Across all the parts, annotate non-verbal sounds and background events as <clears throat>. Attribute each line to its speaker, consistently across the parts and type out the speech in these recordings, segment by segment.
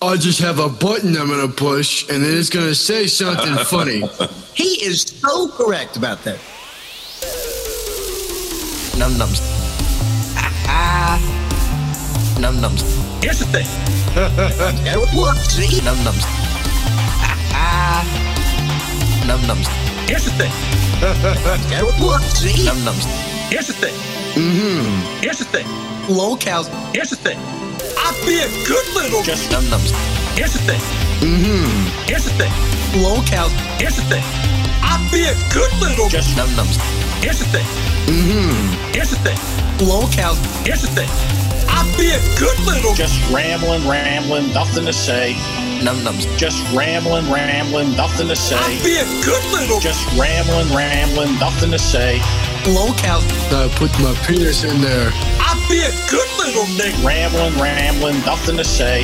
Speaker 1: I'll just have a button I'm going to push, and then it's going to say something funny.
Speaker 2: He is so correct about that. Num nums. Num nums. Here's the thing. <laughs> that works. See? Num nums. Num nums. Here's the thing. <laughs> that works. See? Num nums. Here's the thing. Mm-hmm. Here's the thing. Low cows. Here's the thing. I'll be a good little. Just num nums. Here's the thing. Mm-hmm. Here's the thing. Low cows. Here's the thing. I'll be a good little. Just num nums. Here's the thing. Mm-hmm. Here's the thing. Low cows. Here's the thing. I'll be a good little. Just
Speaker 3: Just rambling, rambling, nothing to say.
Speaker 2: num nums.
Speaker 3: Just rambling, rambling, nothing to
Speaker 2: I'll
Speaker 3: say.
Speaker 2: be a good little.
Speaker 3: Just rambling, rambling, nothing to say.
Speaker 2: Low cows.
Speaker 1: I put my penis in there.
Speaker 2: I'll be a good little nigga.
Speaker 3: Rambling, rambling, nothing to say.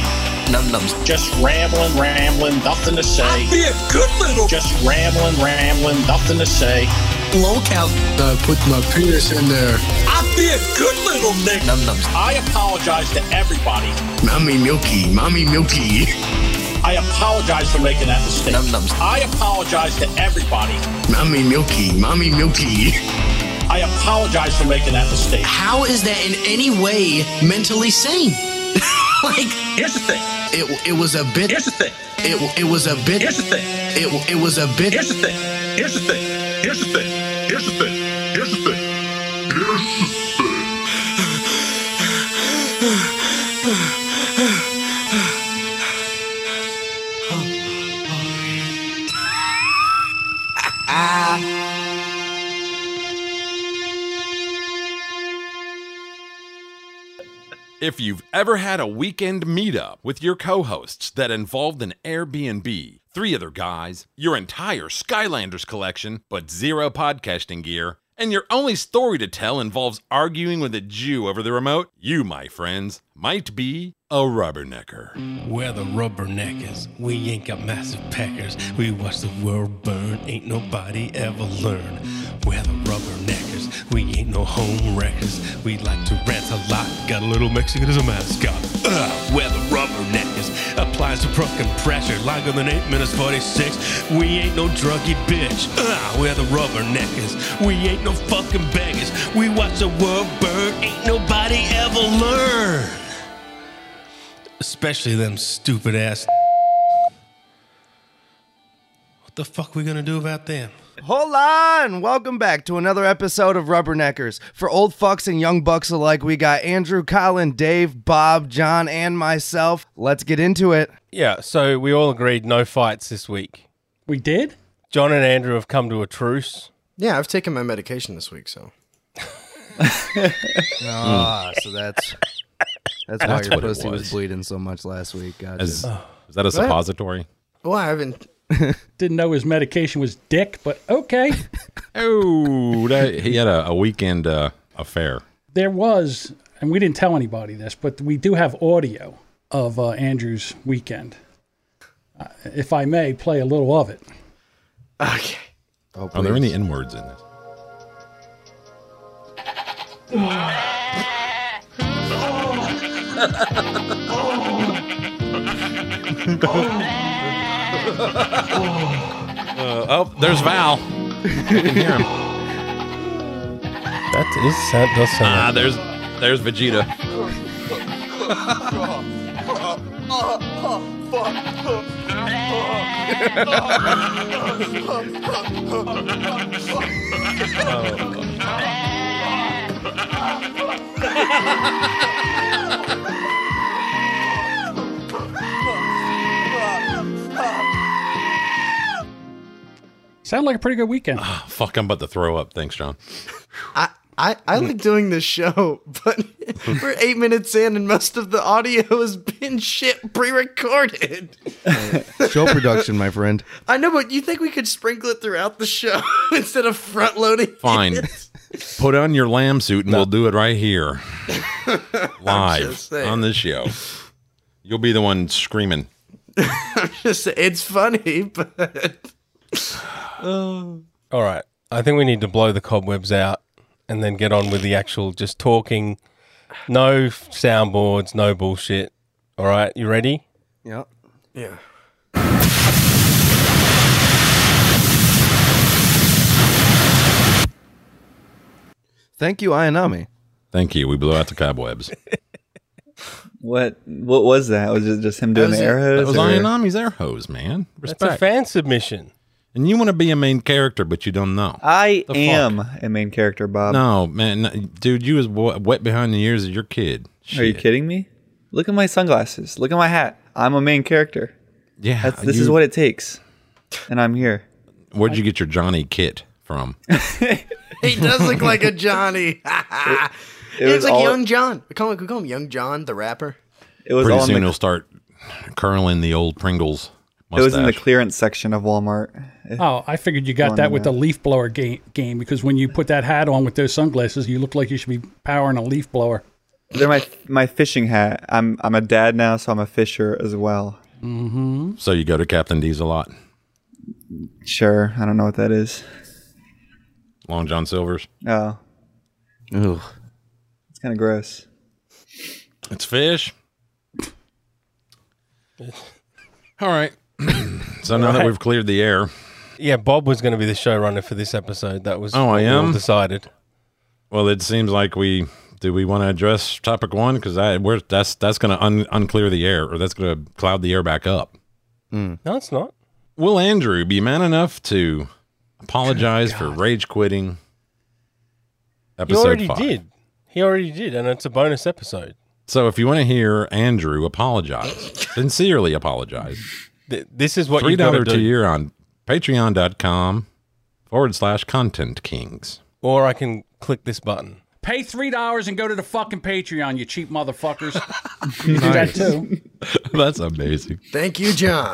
Speaker 2: Num nums.
Speaker 3: Just rambling, rambling, nothing to
Speaker 2: I'll
Speaker 3: say.
Speaker 2: be a good little.
Speaker 3: Just rambling, rambling, nothing to say.
Speaker 2: Low cows.
Speaker 1: I put my penis in there.
Speaker 2: I'll be a good little nigga. Num nums.
Speaker 3: I apologize to everybody.
Speaker 1: Mommy Milky, Mommy Milky,
Speaker 3: I apologize for making that mistake.
Speaker 2: Num nums.
Speaker 3: I apologize to everybody.
Speaker 1: Mommy Milky, Mommy Milky.
Speaker 3: I apologize for making that mistake.
Speaker 4: How is that in any way mentally sane? like
Speaker 3: Here's the thing.
Speaker 4: it, it was a bit.
Speaker 3: Here's the thing.
Speaker 4: It, it was a bit.
Speaker 3: Here's the thing.
Speaker 4: It, it was a bit.
Speaker 3: Here's the thing. Here's the thing. Here's the thing. Here's the thing. Here's the thing.
Speaker 5: If you've ever had a weekend meetup with your co hosts that involved an Airbnb, three other guys, your entire Skylanders collection, but zero podcasting gear, and your only story to tell involves arguing with a Jew over the remote, you, my friends, might be a rubbernecker.
Speaker 6: We're the rubberneckers. We ain't got massive packers. We watch the world burn. Ain't nobody ever learn. We're the rubberneckers. We ain't no home wreckers. We like to rant a lot. Got a little Mexican as a mascot. Uh, we're the rubberneckers. Applies to broken pressure. Longer than 8 minutes 46. We ain't no druggy bitch. Uh, we're the rubberneckers. We ain't no fucking beggars. We watch the world burn. Ain't nobody ever learn. Especially them stupid ass. What the fuck we gonna do about them?
Speaker 7: Hold on! Welcome back to another episode of Rubberneckers. For old fucks and young bucks alike, we got Andrew, Colin, Dave, Bob, John, and myself. Let's get into it.
Speaker 8: Yeah, so we all agreed no fights this week.
Speaker 9: We did?
Speaker 8: John and Andrew have come to a truce.
Speaker 4: Yeah, I've taken my medication this week, so.
Speaker 7: Ah, so that's that's why
Speaker 5: That's
Speaker 7: your
Speaker 5: what it
Speaker 7: pussy was.
Speaker 5: was.
Speaker 7: bleeding so much last week. Gotcha.
Speaker 5: Is, is that a suppository?
Speaker 4: Well, I haven't.
Speaker 9: Didn't know his medication was dick, but okay.
Speaker 5: Oh, that, he had a, a weekend uh, affair.
Speaker 9: there was, and we didn't tell anybody this, but we do have audio of uh, Andrew's weekend. Uh, if I may, play a little of it.
Speaker 4: Okay.
Speaker 7: oh,
Speaker 5: Are there any
Speaker 7: please.
Speaker 5: N words in this? Uh, oh, there's Val. I can hear him.
Speaker 8: That is sound, does
Speaker 5: Ah,
Speaker 8: sound.
Speaker 5: there's there's Vegeta.
Speaker 9: Sounded like a pretty good weekend.
Speaker 5: Ah, fuck, I'm about to throw up. Thanks, John.
Speaker 4: I, I, I like doing this show, <laughs> but we're eight minutes in, and most of the audio has been shit pre recorded.
Speaker 7: show
Speaker 2: <laughs>
Speaker 7: production, my friend?
Speaker 4: I know, but you think we could sprinkle it throughout the show <laughs> instead of front loading? <laughs>
Speaker 5: Fine. Put on your lamb suit and we'll do it right
Speaker 10: <laughs>
Speaker 5: here. Live
Speaker 4: just saying.
Speaker 5: on this show. You'll be the one screaming.
Speaker 4: Just, it's funny, but.
Speaker 8: All right, I think we need to blow the cobwebs out and then get on with the actual just talking. No f- soundboards, no bullshit. All right, you ready?
Speaker 7: Yep.
Speaker 4: Yeah.
Speaker 7: Thank you, Ayanami.
Speaker 5: Thank you. We blew out the
Speaker 10: <laughs>
Speaker 5: cobwebs.
Speaker 10: What what was that? Was it just him doing
Speaker 5: was
Speaker 10: the
Speaker 5: it.
Speaker 10: air hose?
Speaker 5: That was
Speaker 10: or-
Speaker 5: Ayanami's air hose, man. Respect.
Speaker 8: That's a fan submission.
Speaker 5: and you want to be a main character, but you don't know.
Speaker 10: I
Speaker 5: The
Speaker 10: am a main character, Bob.
Speaker 5: no, man, n- dude, you was wa- wet behind the ears of your kid.
Speaker 10: Are you
Speaker 5: Shit.
Speaker 10: kidding me? Look at my sunglasses. Look at my hat. I'm a main character.
Speaker 5: Yeah,
Speaker 10: That's, this is
Speaker 5: you-
Speaker 10: what it takes, and I'm here.
Speaker 5: Where'd you get your Johnny kit from?
Speaker 4: He does look like a Johnny.
Speaker 10: It
Speaker 4: he
Speaker 10: was
Speaker 4: looks like
Speaker 10: all.
Speaker 4: Young John. We call him, we call him Young John, the rapper.
Speaker 10: it was
Speaker 5: Pretty
Speaker 10: all.
Speaker 5: soon
Speaker 10: In
Speaker 5: he'll
Speaker 10: the,
Speaker 5: start curling the old Pringles.
Speaker 10: it was in the
Speaker 5: mustache.
Speaker 10: clearance section of Walmart.
Speaker 9: Oh, I figured you got that with the leaf blower ga- game because when you put that hat on with those sunglasses, you look like you should be powering a leaf blower.
Speaker 10: They're my my fishing hat. I'm I'm a dad now, so I'm a fisher as well.
Speaker 5: so you go to Captain D's a lot.
Speaker 10: Sure, I don't know what that is.
Speaker 5: Long John Silver's.
Speaker 10: Oh,
Speaker 7: Ugh.
Speaker 10: it's kind of gross.
Speaker 5: It's fish. All right. <clears throat> so now that we've cleared the air,
Speaker 8: Yeah, Bob was going to be the showrunner for this episode. That was
Speaker 5: Oh, I
Speaker 8: what we all
Speaker 5: am?
Speaker 8: decided.
Speaker 5: well, it seems like we do. We want to address topic one because I we're that's that's going to un, unclear the air or that's going to cloud the air back up.
Speaker 8: No, it's not.
Speaker 5: Will Andrew be man enough to apologize for rage quitting?
Speaker 8: He
Speaker 5: Episode
Speaker 8: already
Speaker 5: five?
Speaker 8: did. He already did, and it's a bonus episode.
Speaker 5: So if you want to hear Andrew apologize,
Speaker 8: <laughs>
Speaker 5: sincerely apologize,
Speaker 8: Th- this is what
Speaker 5: three
Speaker 8: you got
Speaker 5: dollar
Speaker 8: to do.
Speaker 5: tier on patreon.com forward slash content kings. <laughs>
Speaker 8: Or I can click this button.
Speaker 9: Pay three dollars and go to the fucking Patreon, you cheap motherfuckers. you do that too.
Speaker 5: That's amazing.
Speaker 4: Thank you, John.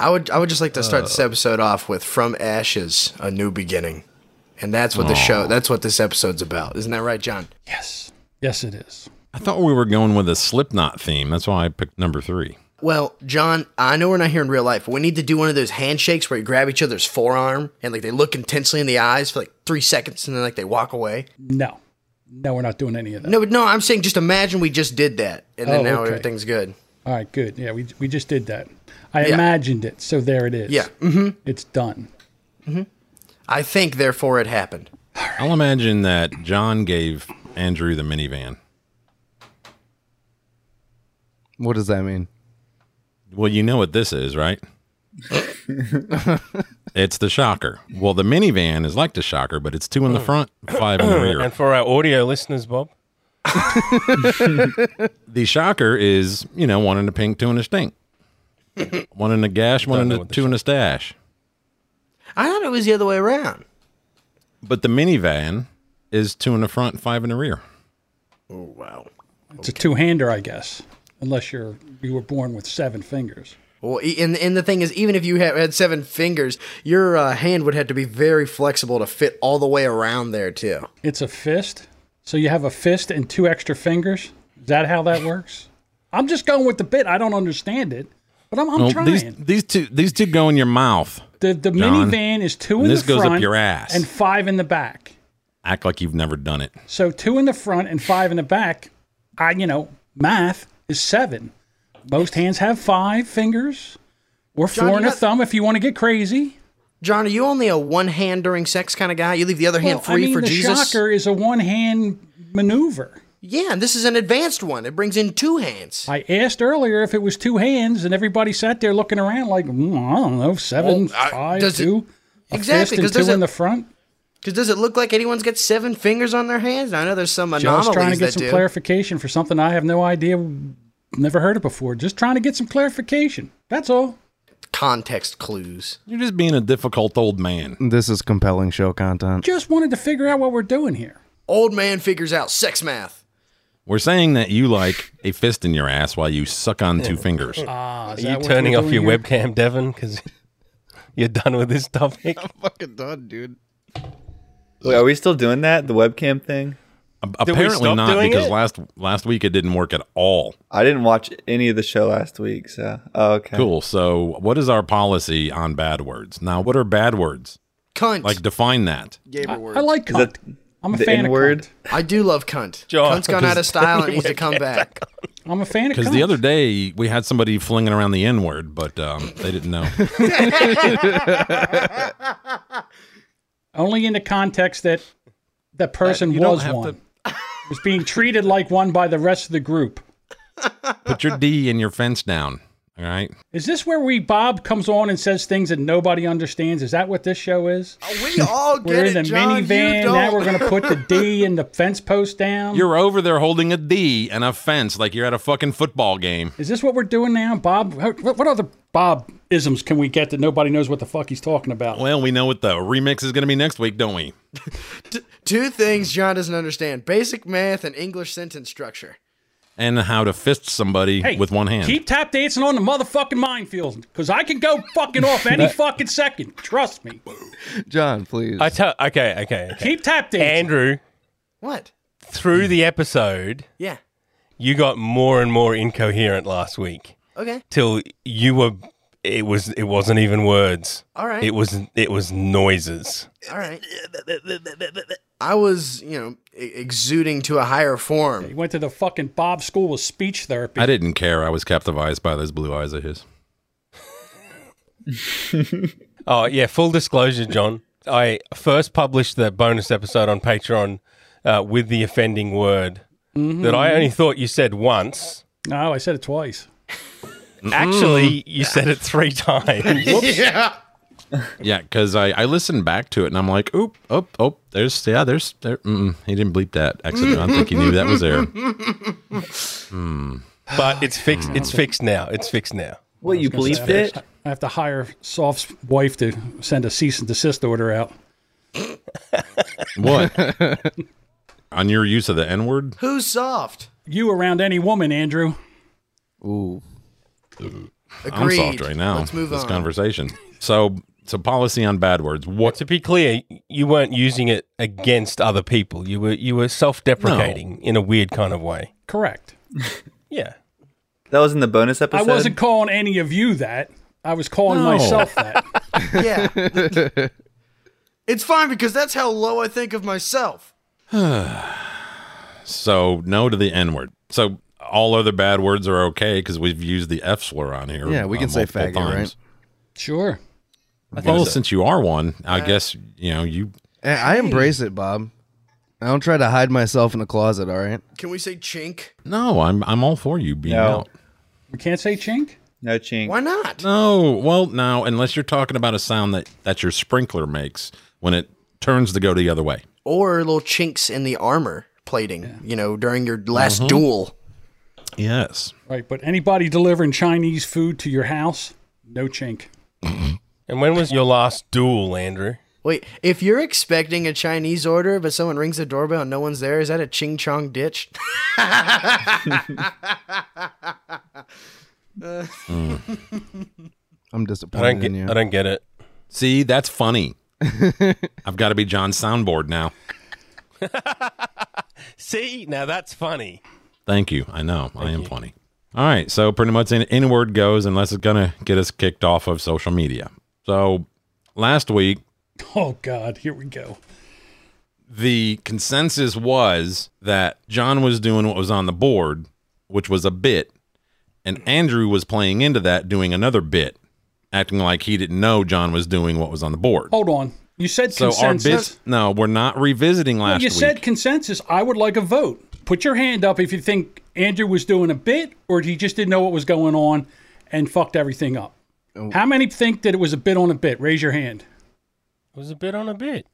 Speaker 4: I would I would just like to start this episode off with From Ashes, a new beginning. And that's what the show that's what this episode's about. Isn't that right, John?
Speaker 9: Yes, yes, it is.
Speaker 5: I thought we were going with a Slipknot theme. That's why I picked number three.
Speaker 4: Well, John, I know we're not here in real life, but we need to do one of those handshakes where you grab each other's forearm and like they look intensely in the eyes for like three seconds and then like they walk away.
Speaker 9: No, no, we're not doing any of that.
Speaker 4: No, but no, I'm saying just imagine we just did that and then
Speaker 9: Oh,
Speaker 4: now
Speaker 9: okay.
Speaker 4: everything's good.
Speaker 9: All right, good. Yeah, we we just did that. I
Speaker 4: Yeah.
Speaker 9: imagined it, so there it is.
Speaker 4: Yeah. mm-hmm.
Speaker 9: it's done.
Speaker 4: I think therefore it happened.
Speaker 5: I'll imagine that John gave Andrew the minivan.
Speaker 7: What does that mean?
Speaker 5: Well, you know what this is, right? it's the shocker. Well, the minivan is like the shocker, but it's two in the front, five in the rear.
Speaker 8: And for our audio listeners, Bob,
Speaker 5: The shocker is, you know, one in a pink, two in a stink. One in a gash, one in
Speaker 8: know
Speaker 5: a
Speaker 8: what the
Speaker 5: two in a stash.
Speaker 4: I thought it was the other way around.
Speaker 5: But the minivan is two in the front, five in the rear.
Speaker 4: Oh wow.
Speaker 9: It's a two-hander, I guess, unless you're you were born with seven fingers.
Speaker 4: Well, e- and and the thing is, even if you had, had seven fingers, your uh, hand would have to be very flexible to fit all the way around there too.
Speaker 9: It's a fist. So you have a fist and two extra fingers. Is that how that works? I'm just going with the bit. I don't understand it, but I'm, I'm
Speaker 5: Well,
Speaker 9: trying.
Speaker 5: these these two these two go in your mouth.
Speaker 9: the the
Speaker 5: John,
Speaker 9: minivan is two in
Speaker 5: this
Speaker 9: the
Speaker 5: goes up
Speaker 9: front
Speaker 5: your ass.
Speaker 9: and five in the back.
Speaker 5: Act like you've never done it.
Speaker 9: So two in the front and five in the back. I you know math is seven. Most hands have five fingers, or
Speaker 4: John,
Speaker 9: four
Speaker 4: you
Speaker 9: and a
Speaker 4: got-
Speaker 9: thumb if you want to get crazy.
Speaker 4: John, are you only a one hand during sex kind of guy? You leave the other hand
Speaker 9: Well, I
Speaker 4: free
Speaker 9: mean,
Speaker 4: for
Speaker 9: the
Speaker 4: Jesus?
Speaker 9: shocker is a one hand maneuver.
Speaker 4: Yeah, and this is an advanced one. It brings in two hands.
Speaker 9: I asked earlier if it was two hands, and everybody sat there looking around like, mm, I don't know, seven,
Speaker 4: Well, I-
Speaker 9: five,
Speaker 4: does it-
Speaker 9: two, a
Speaker 4: Exactly,
Speaker 9: fist
Speaker 4: 'cause
Speaker 9: and two
Speaker 4: does
Speaker 9: in
Speaker 4: it-
Speaker 9: the front.
Speaker 4: Because does it look like anyone's got seven fingers on their hands? I know there's some anomalies
Speaker 9: Just trying to
Speaker 4: that
Speaker 9: get some
Speaker 4: do.
Speaker 9: clarification for something I have no idea, never heard it before. Just trying to get some clarification. That's all.
Speaker 4: Context clues.
Speaker 5: You're just being a difficult old man.
Speaker 7: This is compelling show content.
Speaker 9: Just wanted to figure out what we're doing here.
Speaker 4: Old man figures out sex math.
Speaker 5: We're saying that you like a fist in your ass while you suck on
Speaker 10: <laughs>
Speaker 5: two fingers.
Speaker 10: Uh,
Speaker 9: Ah,
Speaker 8: are you turning off your webcam, Devon? Because <laughs> you're done with this topic.
Speaker 7: Fucking done, dude.
Speaker 10: Wait, are we still doing that? The webcam thing?
Speaker 5: A-
Speaker 8: we
Speaker 5: Apparently
Speaker 8: stop
Speaker 5: not
Speaker 8: doing
Speaker 5: because
Speaker 8: it?
Speaker 5: last last week it didn't work at all.
Speaker 10: I didn't watch any of the show last week, so oh, okay.
Speaker 5: Cool. So, what is our policy on bad words? Now, what are bad words?
Speaker 4: Cunt.
Speaker 5: Like define that.
Speaker 9: I, I like
Speaker 10: that-
Speaker 9: cunt. I'm a fan of cunt.
Speaker 4: I do love cunt.
Speaker 8: John,
Speaker 4: Cunt's gone
Speaker 5: <laughs>
Speaker 4: out of style and needs to come back.
Speaker 9: I'm a fan of
Speaker 5: Because
Speaker 9: cunt.
Speaker 5: the other day we had somebody flinging around the N word, but um, they didn't
Speaker 10: <laughs>
Speaker 5: know.
Speaker 9: Only in the context that that person
Speaker 5: you don't
Speaker 9: was
Speaker 5: have
Speaker 9: one. <laughs> was being treated like one by the rest of the group.
Speaker 5: Put your D in your fence down. All right.
Speaker 9: Is this where we Bob comes on and says things that nobody understands? Is that what this show is?
Speaker 4: We all
Speaker 9: <laughs> We're
Speaker 4: get
Speaker 9: in the
Speaker 4: it, John. you
Speaker 9: minivan. Now
Speaker 4: don't.
Speaker 9: we're going to put the
Speaker 4: <laughs>
Speaker 9: D and the fence post down.
Speaker 5: You're over there holding a D and a fence like you're at a fucking football game.
Speaker 9: Is this what we're doing now, Bob? What, what other Bob isms can we get that nobody knows what the fuck he's talking about?
Speaker 5: Well, we know what the remix is going to be next week, don't we?
Speaker 4: Two things John doesn't understand: basic math and English sentence structure.
Speaker 5: And how to fist somebody
Speaker 9: Hey,
Speaker 5: with one hand.
Speaker 9: Keep tap dancing on the motherfucking minefield because I can go fucking off any fucking second. Trust me.
Speaker 7: John, please.
Speaker 8: I tell. <laughs> Okay, okay, okay.
Speaker 9: Keep tap dancing.
Speaker 8: Andrew,
Speaker 4: What?
Speaker 8: through the episode,
Speaker 4: Yeah.
Speaker 8: you got more and more incoherent last week
Speaker 4: Okay.
Speaker 8: till you were. It was. It wasn't even words.
Speaker 4: All right.
Speaker 8: It was. It was noises.
Speaker 4: All right. I was, you know, e- exuding to a higher form.
Speaker 9: He went to the fucking Bob School of Speech Therapy.
Speaker 5: I didn't care. I was captivated by those blue eyes of his.
Speaker 8: Oh yeah. Full disclosure, John. I first published the bonus episode on Patreon uh, with the offending word that I only thought you said once. Mm.
Speaker 9: No, I said it twice.
Speaker 8: Actually, you said it three <laughs> times.
Speaker 5: Yeah, because I, I listened back to it and I'm like, oop, oh, oh, there's, yeah, there's, there, mm, he didn't bleep that accident. I think he knew that was
Speaker 4: <laughs>
Speaker 5: there.
Speaker 8: but it's fixed. It's fixed now. It's fixed now.
Speaker 11: What you bleeped it?
Speaker 9: I have to hire Soft's wife to send a cease and desist order out.
Speaker 5: What? On your use of the N word?
Speaker 4: Who's soft?
Speaker 9: You around any woman, Andrew.
Speaker 5: I'm
Speaker 4: Agreed.
Speaker 5: soft right now.
Speaker 4: Let's move
Speaker 5: this
Speaker 4: on.
Speaker 5: conversation. So, so policy on bad words. What?
Speaker 8: To be clear, you weren't using it against other people. You were you were self-deprecating in a weird kind of way.
Speaker 9: Correct.
Speaker 8: Yeah.
Speaker 10: That was in the bonus
Speaker 9: I
Speaker 10: episode.
Speaker 9: wasn't calling any of you that. I was calling
Speaker 5: No.
Speaker 9: myself
Speaker 5: <laughs>
Speaker 9: that.
Speaker 4: yeah. <laughs> it's fine because that's how low I think of myself.
Speaker 5: So no to the N word. So all other bad words are okay because we've used the F slur on here.
Speaker 7: Yeah, we
Speaker 5: uh,
Speaker 7: can say
Speaker 5: multiple
Speaker 7: faggot, right?
Speaker 9: Sure.
Speaker 5: Well, since you are one, I guess you know you.
Speaker 7: I I embrace it, Bob. I don't try to hide myself in a closet. All right.
Speaker 4: Can we say chink?
Speaker 5: No, I'm I'm all for you being
Speaker 10: No.
Speaker 5: out.
Speaker 9: We can't say chink.
Speaker 10: no chink.
Speaker 4: Why not?
Speaker 5: No, well, now unless you're talking about a sound that that your sprinkler makes when it turns to go the other way.
Speaker 4: Or little chinks in the armor plating, you know, during your last duel.
Speaker 5: Yes.
Speaker 9: Right, but anybody delivering Chinese food to your house, no chink. <laughs>
Speaker 8: And when was your last duel, Andrew?
Speaker 4: Wait, if you're expecting a Chinese order, but someone rings the doorbell and no one's there, is that a ching chong ditch?
Speaker 7: I'm
Speaker 8: I
Speaker 7: disappointed
Speaker 8: don't
Speaker 7: in you.
Speaker 8: get. I don't get it.
Speaker 5: See, that's funny. <laughs> I've got to be John's soundboard now.
Speaker 8: See, now that's funny.
Speaker 5: Thank you. I know. I am funny. All right. So pretty much in, in word goes unless it's going to get us kicked off of social media. So last week,
Speaker 9: Oh God, here we go.
Speaker 5: the consensus was that John was doing what was on the board, which was a bit, and Andrew was playing into that doing another bit, acting like he didn't know John was doing what was on the board.
Speaker 9: Hold on. You said
Speaker 5: so
Speaker 9: consensus.
Speaker 5: our bits no, we're not revisiting last
Speaker 9: you
Speaker 5: week.
Speaker 9: said consensus. I would like a vote. Put your hand up if you think Andrew was doing a bit or he just didn't know what was going on and fucked everything up.
Speaker 10: Oh.
Speaker 9: How many think that it was a bit on a bit? Raise your hand.
Speaker 8: It was a bit on a bit.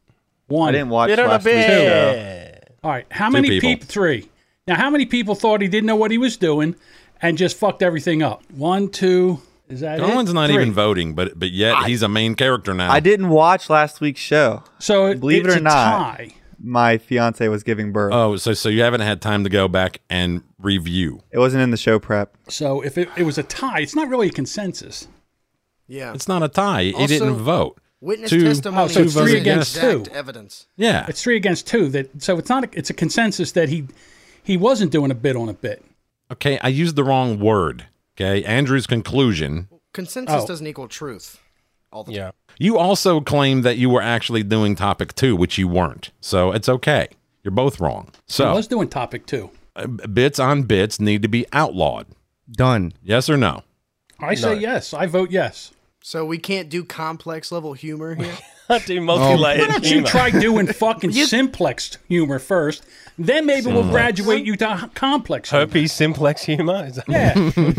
Speaker 9: One.
Speaker 10: I didn't watch
Speaker 8: Bit on a
Speaker 10: last week's show.
Speaker 8: bit.
Speaker 9: All right. How many
Speaker 5: people.
Speaker 9: peop- Three. Now, how many people thought he didn't know what he was doing and just fucked everything up? One, two. Is that
Speaker 5: Colin's
Speaker 9: it?
Speaker 5: not
Speaker 9: Three.
Speaker 5: even voting, but but yet he's a main character now.
Speaker 10: I didn't watch last week's show.
Speaker 9: So
Speaker 10: Believe it
Speaker 9: it's
Speaker 10: or
Speaker 9: a
Speaker 10: not.
Speaker 9: tie.
Speaker 10: My fiance was giving birth.
Speaker 5: Oh, so so you haven't had time to go back and review.
Speaker 10: It wasn't in the show prep.
Speaker 9: So if it, it was a tie, it's not really a consensus.
Speaker 4: Yeah.
Speaker 5: It's not a tie. He
Speaker 4: Also-
Speaker 5: didn't vote.
Speaker 4: Witness
Speaker 5: two-
Speaker 4: testimony
Speaker 9: Oh, so
Speaker 4: is
Speaker 9: three
Speaker 4: the
Speaker 9: against
Speaker 4: exact
Speaker 9: two.
Speaker 4: evidence.
Speaker 5: Yeah.
Speaker 9: It's three against two. That so it's not. A, it's a consensus that he he wasn't doing a bit on a bit.
Speaker 5: Okay, I used the wrong word. Okay, Andrew's conclusion.
Speaker 4: Consensus
Speaker 9: Oh.
Speaker 4: doesn't equal truth.
Speaker 8: Yeah.
Speaker 5: You also claimed that you were actually doing topic two, which you weren't. So it's okay. You're both wrong. So
Speaker 9: I was doing topic two.
Speaker 5: uh, bits on bits need to be outlawed.
Speaker 7: Done.
Speaker 5: Yes or no?
Speaker 9: I say
Speaker 5: No.
Speaker 9: yes. I vote yes.
Speaker 4: So we can't do complex level
Speaker 9: <laughs>
Speaker 4: humor here.
Speaker 8: <laughs> I do multi-layered
Speaker 9: Why don't you
Speaker 8: humor.
Speaker 9: try doing
Speaker 4: <laughs>
Speaker 9: fucking simplex humor first? Then maybe we'll graduate you to h- complex. humor.
Speaker 8: Herpes simplex humor. Is
Speaker 5: <laughs>
Speaker 8: that-
Speaker 9: Yeah,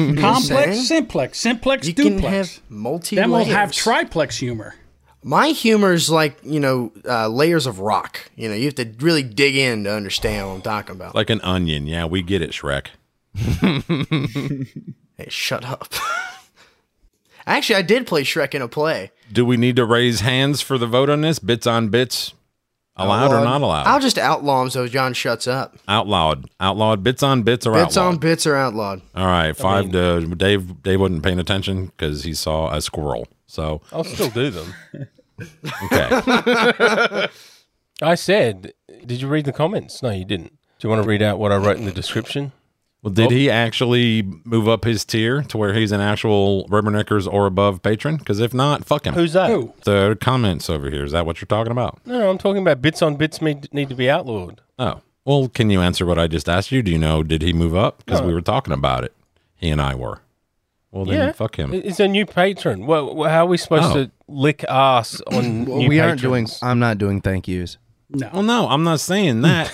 Speaker 9: complex,
Speaker 4: saying?
Speaker 9: simplex, simplex,
Speaker 4: You can
Speaker 9: duplex.
Speaker 4: have multi.
Speaker 9: then we'll have triplex humor.
Speaker 4: My humor's like you know uh, layers of rock. You know you have to really dig in to understand what I'm talking about.
Speaker 5: Like an onion. Yeah, we get it, Shrek.
Speaker 4: hey, shut up. <laughs> Actually, I did play Shrek in a play.
Speaker 5: Do we need to raise hands for the vote on this? Bits on bits, allowed or
Speaker 7: Outlawed.
Speaker 5: not allowed?
Speaker 4: I'll just outlaw him so John shuts up.
Speaker 5: outlawed, outlawed. Bits on bits or
Speaker 4: Bits
Speaker 5: outlawed.
Speaker 4: on bits are outlawed.
Speaker 5: All right, five to Dave. Dave wasn't paying attention because he saw a squirrel. So
Speaker 8: I'll still do them. <laughs>
Speaker 5: okay,
Speaker 8: I said, did you read the comments? No, you didn't. Do you want to read out what I wrote in the description?
Speaker 5: well,
Speaker 8: Oh.
Speaker 5: did he actually move up his tier to where he's an actual Rubberneckers or above patron? Because if not, fuck him.
Speaker 8: Who's that?
Speaker 9: Who?
Speaker 5: the comments over here? Is that what you're talking about?
Speaker 8: No, no, I'm talking about bits on bits me- need to be outlawed.
Speaker 5: Oh, well, can you answer what I just asked you? Do you know, did he move up? Because
Speaker 8: Uh.
Speaker 5: we were talking about it. He and I were. Well, then Mm, fuck him.
Speaker 8: It's a new patron. Well, well, how are we supposed
Speaker 5: Oh.
Speaker 8: to lick
Speaker 7: <clears throat>
Speaker 8: ass on new
Speaker 7: we aren't doing.
Speaker 8: patrons?
Speaker 7: I'm not doing thank yous.
Speaker 5: well, no, I'm not saying
Speaker 8: <laughs>
Speaker 5: that.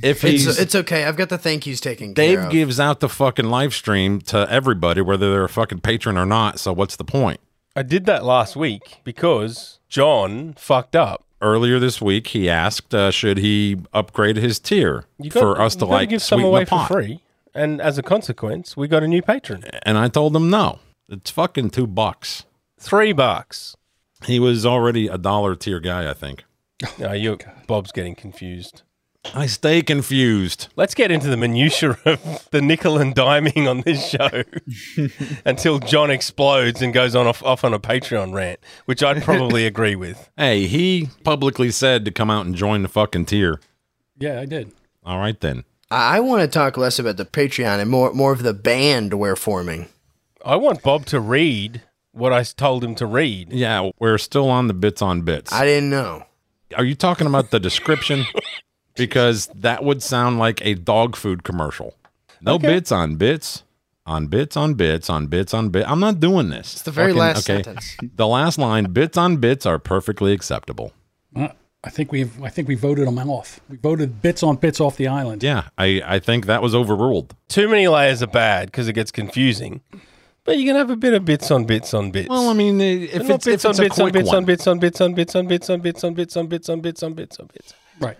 Speaker 5: if
Speaker 4: It's,
Speaker 5: he's.
Speaker 4: it's okay. I've got the thank yous taken care
Speaker 5: Dave
Speaker 4: of.
Speaker 5: gives out the fucking live stream to everybody, whether they're a fucking patron or not. So what's the point?
Speaker 8: I did that last week because John fucked up.
Speaker 5: Earlier this week, he asked, uh, should he upgrade his tier
Speaker 8: got-
Speaker 5: for us
Speaker 8: you
Speaker 5: to
Speaker 8: gotta
Speaker 5: like
Speaker 8: give some
Speaker 5: sweeten
Speaker 8: away
Speaker 5: the pot?
Speaker 8: for free, and as a consequence, we got a new patron.
Speaker 5: And I told him no. It's fucking two bucks.
Speaker 7: <laughs>
Speaker 8: Three bucks.
Speaker 5: He was already a dollar tier guy, I think.
Speaker 8: No, you Bob's getting confused.
Speaker 5: I stay confused.
Speaker 8: Let's get into the minutiae <laughs> of the nickel and diming on this
Speaker 7: <laughs>
Speaker 8: show until John explodes and goes on off, off on a Patreon rant, which
Speaker 7: <laughs>
Speaker 8: I'd probably agree with.
Speaker 5: Hey, he publicly said to come out and join the fucking tier.
Speaker 9: Yeah, I did.
Speaker 5: All right then.
Speaker 4: I, I want to talk less about the Patreon and more more of the band we're forming.
Speaker 8: I want Bob to read what I s- told him to read.
Speaker 5: Yeah, we're still on the bits on bits.
Speaker 4: I didn't know.
Speaker 5: Are you talking about the
Speaker 8: <laughs>
Speaker 5: description? because that would sound like a dog food commercial. No bits on bits. On bits on bits on bits on bits. I'm not doing this. It's
Speaker 4: the very last sentence.
Speaker 5: <laughs> The last line, bits on bits are perfectly acceptable.
Speaker 9: Uh, I think we've. I think we voted them off. We voted bits on bits off the island.
Speaker 5: Yeah, I, I think that was overruled.
Speaker 8: Too many layers are bad because it gets confusing, but you can have a bit of bits on bits on bits.
Speaker 5: Well, I mean, if
Speaker 8: But
Speaker 5: it's,
Speaker 8: not bits
Speaker 5: if
Speaker 8: on
Speaker 5: it's a
Speaker 8: bits on
Speaker 5: quick
Speaker 8: bits
Speaker 5: one,
Speaker 8: on bits on bits on bits on bits on bits on bits on bits on bits on bits on bits.
Speaker 9: Right.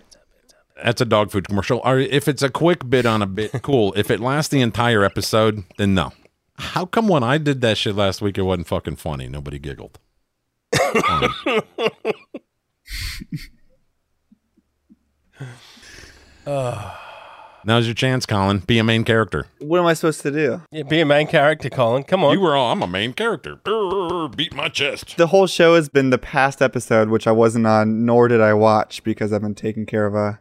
Speaker 5: that's a dog food commercial. Or if it's a quick bit on a bit, cool. if it lasts the entire episode, then no. How come when I did that shit last week, it wasn't fucking funny? Nobody giggled. Um, Um. Now's your chance, Colin. Be a main character.
Speaker 10: What am I supposed to do?
Speaker 8: Yeah, be a main character, Colin. Come on.
Speaker 5: You were all, I'm a main character. Brrr, beat my chest.
Speaker 10: The whole show has been the past episode, which I wasn't on, nor did I watch because I've been taking care of a,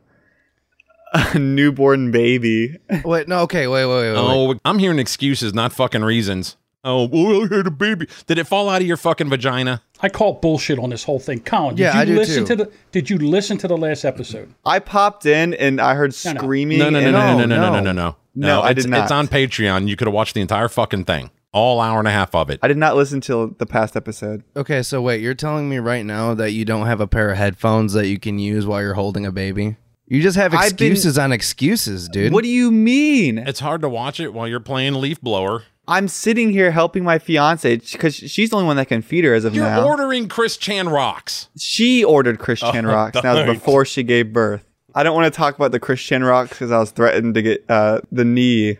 Speaker 10: <laughs> a newborn baby. <laughs>
Speaker 7: Wait, no, okay, wait, wait, wait, wait.
Speaker 5: Oh, I'm hearing excuses, not fucking reasons. Oh, well, I had a baby. Did it fall out of your fucking vagina?
Speaker 9: I call bullshit on this whole thing, Colin. Did
Speaker 7: Yeah,
Speaker 9: you
Speaker 7: I do
Speaker 9: listen
Speaker 7: too.
Speaker 9: to the? Did you listen to the last episode?
Speaker 10: I popped in and I heard
Speaker 9: no.
Speaker 10: screaming.
Speaker 5: No, no, no,
Speaker 10: and-
Speaker 5: no, no, no,
Speaker 7: No,
Speaker 5: no, no,
Speaker 7: no.
Speaker 5: no, no.
Speaker 10: No, I
Speaker 5: it's,
Speaker 10: did not.
Speaker 5: It's on Patreon. You could have watched the entire fucking thing, all hour and a half of it.
Speaker 10: I did not listen till the past episode.
Speaker 7: Okay, so wait, you're telling me right now that you don't have a pair of headphones that you can use while you're holding a baby? You just have
Speaker 10: I've been-
Speaker 7: excuses on excuses, dude.
Speaker 10: What do you mean?
Speaker 5: It's hard to watch it while you're playing Leaf Blower.
Speaker 10: I'm sitting here helping my fiance because she's the only one that can feed her as of
Speaker 5: You're
Speaker 10: now.
Speaker 5: ordering Chris Chan rocks.
Speaker 10: she ordered Christian
Speaker 7: Oh,
Speaker 10: rocks. and That was before she gave birth. I don't want to talk about the Christian rocks because I was threatened to get uh, the knee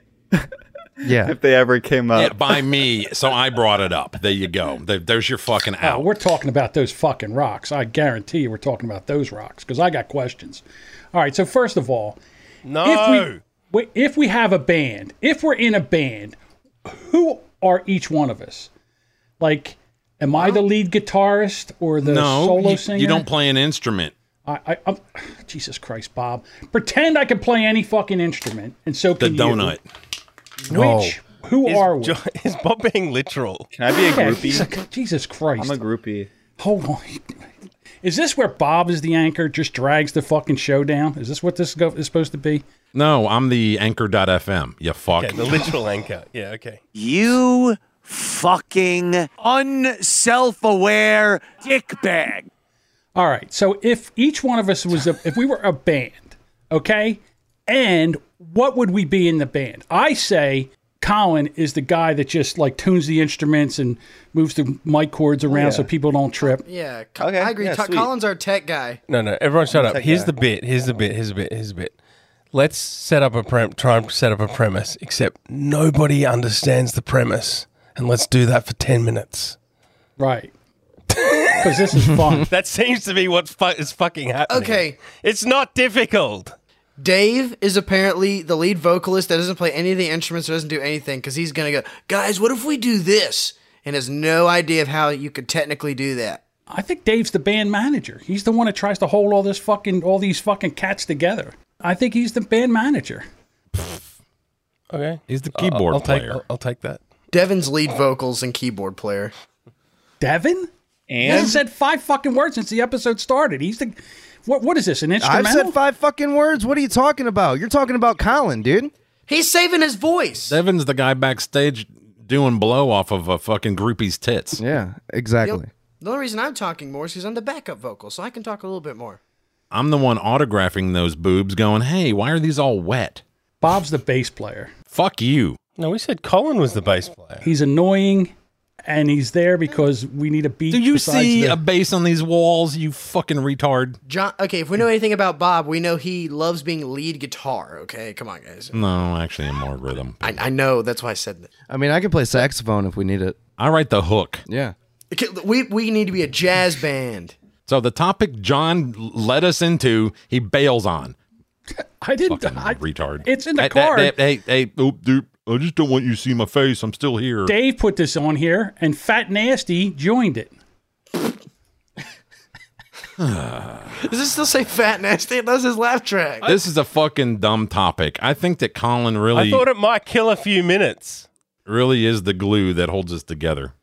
Speaker 7: yeah.
Speaker 10: <laughs> if they ever came
Speaker 9: Uh,
Speaker 5: Yeah,
Speaker 10: up.
Speaker 5: by me, so I brought it up. There you go. There, there's your fucking
Speaker 9: Oh,
Speaker 5: out.
Speaker 9: we're talking about those fucking rocks. I guarantee you, we're talking about those rocks because I got questions. All right. So first of all,
Speaker 8: no.
Speaker 9: if we we- if we have a band, if we're in a band, who are each one of us? Like, am I the lead guitarist or the
Speaker 5: no,
Speaker 9: solo
Speaker 5: you,
Speaker 9: singer?
Speaker 5: you don't play an instrument.
Speaker 9: I, I, I'm, Jesus Christ, Bob! Pretend I can play any fucking instrument, and so
Speaker 5: The
Speaker 9: can you.
Speaker 5: donut.
Speaker 9: Which who are we?
Speaker 8: Jo- <laughs> is Bob <laughs> being literal?
Speaker 10: Can I be a
Speaker 9: Yeah,
Speaker 10: groupie?
Speaker 9: Jesus Christ!
Speaker 10: I'm a groupie.
Speaker 9: Hold on. Is this where Bob is the anchor, just drags the fucking show down? Is this what this go- is supposed to be?
Speaker 5: No, I'm the anchor.fm. You fuck.
Speaker 8: Okay, the literal anchor. Yeah, okay.
Speaker 11: You fucking unself aware dickbag.
Speaker 9: All right. So if each one of us was a, if we were a band, okay, and what would we be in the band? I say Colin is the guy that just like tunes the instruments and moves the mic cords around so
Speaker 4: Yeah.
Speaker 9: people don't trip.
Speaker 4: Yeah, Co- I agree.
Speaker 7: yeah,
Speaker 4: Co-
Speaker 7: sweet.
Speaker 4: Colin's our tech guy.
Speaker 8: No, no, everyone shut up.
Speaker 7: Tech
Speaker 8: Here's
Speaker 7: guy.
Speaker 8: the bit. Here's the bit. Here's the bit. Here's the bit. Let's set up a prem- try and set up a premise, except nobody understands the premise. And let's do that for 10 minutes.
Speaker 9: Right. Because this is fun.
Speaker 8: That seems to be what fu- is fucking happening.
Speaker 4: Okay.
Speaker 8: It's not difficult.
Speaker 4: Dave is apparently the lead vocalist that doesn't play any of the instruments or doesn't do anything because he's gonna go, guys, what if we do this? And has no idea of how you could technically do that.
Speaker 9: I think Dave's the band manager. He's the one that tries to hold all this fucking all these fucking cats together. I think he's the band manager.
Speaker 8: Okay.
Speaker 5: He's the keyboard
Speaker 8: I'll
Speaker 5: player.
Speaker 8: Take, I'll, I'll take that.
Speaker 4: Devin's lead vocals and keyboard player.
Speaker 9: Devin? He
Speaker 7: And
Speaker 9: hasn't said five fucking words since the episode started. He's the what what is this? An
Speaker 7: I've
Speaker 9: instrumental?
Speaker 7: said five fucking words. What are you talking about? You're talking about Colin, dude.
Speaker 4: He's saving his voice.
Speaker 5: Devin's the guy backstage doing blow off of a fucking groupie's tits.
Speaker 7: Yeah, exactly.
Speaker 4: The only reason I'm talking more is because I'm the backup vocal, so I can talk a little bit more.
Speaker 5: I'm the one autographing those boobs going, hey, why are these all wet?
Speaker 9: Bob's the bass player.
Speaker 5: Fuck you.
Speaker 8: No, we said Colin was the bass player.
Speaker 9: He's annoying and he's there because we need a beat.
Speaker 5: Do you
Speaker 9: besides
Speaker 5: see
Speaker 9: the-
Speaker 5: a base on these walls, you fucking retard?
Speaker 4: John, okay, if we know anything about Bob, we know he loves being lead guitar. Okay, come on, guys.
Speaker 5: No, actually, I'm more rhythm.
Speaker 4: I, I know that's why I said that.
Speaker 7: I mean, I could play saxophone if we need it.
Speaker 5: I write the hook.
Speaker 7: Yeah.
Speaker 4: Okay, We we need to be a jazz band.
Speaker 5: So the topic John led us into, he bails on.
Speaker 9: I didn't
Speaker 5: Fucking
Speaker 9: I,
Speaker 5: retard.
Speaker 9: It's in the
Speaker 5: Hey,
Speaker 9: card.
Speaker 5: Hey, hey, hey, oop, doop. I just don't want you to see my face. I'm still here.
Speaker 9: Dave put this on here and Fat Nasty joined it.
Speaker 4: Does it still say fat nasty? It does his laugh track.
Speaker 5: This is a fucking dumb topic. I think that Colin
Speaker 8: I
Speaker 5: really,
Speaker 8: thought it might kill a few minutes.
Speaker 5: really is the glue that holds us together.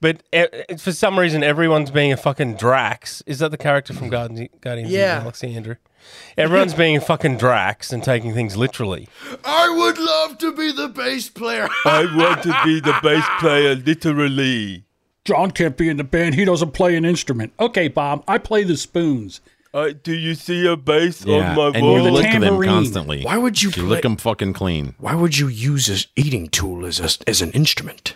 Speaker 8: But e- e- for some reason, everyone's being a fucking Drax. Is that the character from Guardians, Guardians of
Speaker 4: Yeah.
Speaker 8: the Galaxy, Andrew? Everyone's being a fucking Drax and taking things literally.
Speaker 1: I would love to be the bass player.
Speaker 8: I want to be the bass player literally.
Speaker 9: John can't be in the band. He doesn't play an instrument. Okay, Bob, I play the spoons.
Speaker 8: Uh, do you see a bass
Speaker 5: and you
Speaker 9: wall.
Speaker 5: look at them
Speaker 9: Tambourine.
Speaker 5: constantly.
Speaker 1: Why would you
Speaker 5: You
Speaker 1: play-
Speaker 5: lick them fucking clean.
Speaker 1: Why would you use an eating tool as a, as an instrument?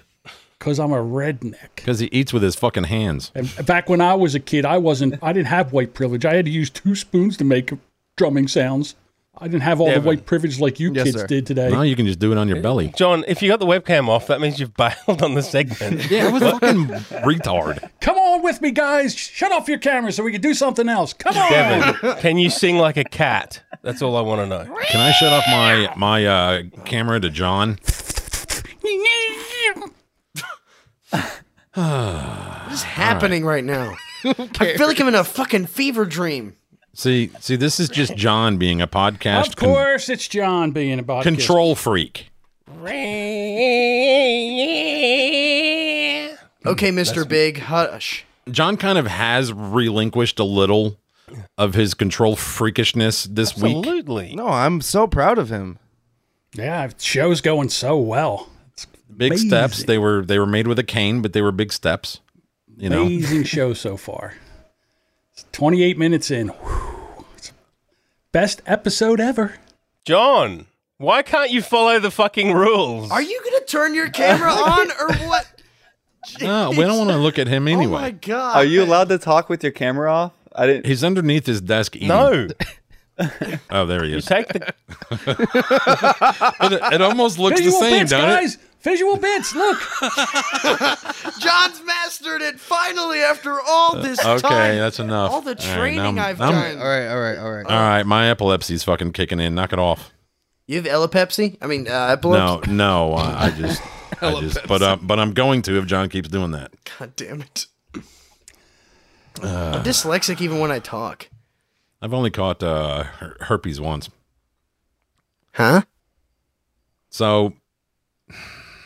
Speaker 9: Cause I'm a redneck.
Speaker 5: Because he eats with his fucking hands.
Speaker 9: And back when I was a kid, I wasn't. I didn't have white privilege. I had to use two spoons to make drumming sounds. I didn't have all the
Speaker 8: Devin.
Speaker 9: white privilege like you
Speaker 7: Yes,
Speaker 9: kids
Speaker 7: sir.
Speaker 9: did today.
Speaker 5: Now you can just do it on your belly.
Speaker 8: John, if you got the webcam off, that means you've <laughs> bailed on the segment. <laughs>
Speaker 5: Yeah, it was fucking retard.
Speaker 9: Come on with me, guys. Shut off your camera so we can do something else. Come on.
Speaker 8: Devin, can you sing like a cat? That's all I want to know.
Speaker 5: Can I shut off my my uh, camera to John?
Speaker 4: What's happening right, <laughs> now? I feel like I'm in a fucking fever dream.
Speaker 5: See, see, this is just John being a podcast
Speaker 9: Of
Speaker 5: con-
Speaker 9: course, it's John being a podcast.
Speaker 5: control freak.
Speaker 4: Okay, Mr. Big, hush.
Speaker 5: John kind of has relinquished a little of his control freakishness this week.
Speaker 8: Absolutely.
Speaker 7: No, I'm so proud of him.
Speaker 9: Yeah, show's going so well. It's
Speaker 5: Big
Speaker 9: amazing.
Speaker 5: steps. They were they were made with a cane, but they were big steps. You know,
Speaker 9: Amazing show so far. It's 28 minutes in. Whew. It's Best episode ever.
Speaker 8: John, why can't you follow the fucking rules?
Speaker 4: Are you gonna turn your <laughs> camera on or what?
Speaker 5: no, we don't want to look at him
Speaker 4: Oh my
Speaker 5: anyway.
Speaker 4: god!
Speaker 10: Are you allowed to talk with your camera off? I didn't.
Speaker 5: He's underneath his desk eating.
Speaker 8: no.
Speaker 5: Oh, there he is.
Speaker 8: Take the
Speaker 5: It, it almost looks the
Speaker 9: Visual
Speaker 5: same,
Speaker 9: bits,
Speaker 5: doesn't it?
Speaker 9: guys. Visual bits. Look.
Speaker 4: John's mastered it finally after all this
Speaker 5: Okay,
Speaker 4: time.
Speaker 5: that's enough.
Speaker 4: Uh, All the
Speaker 5: All right, now
Speaker 4: training
Speaker 5: I'm-
Speaker 4: I've
Speaker 5: I'm-
Speaker 4: done.
Speaker 7: All right, all right, all right.
Speaker 5: All right, my epilepsy's fucking kicking in. Knock it off.
Speaker 4: You have Elipepsy? I mean, uh,
Speaker 5: No,
Speaker 4: epilepsy.
Speaker 5: no, uh, I just, I just, but um, but I'm going to if John keeps doing that.
Speaker 4: God damn it! I'm dyslexic even when I talk.
Speaker 5: I've only caught uh, her- herpes once,
Speaker 4: Huh?
Speaker 5: so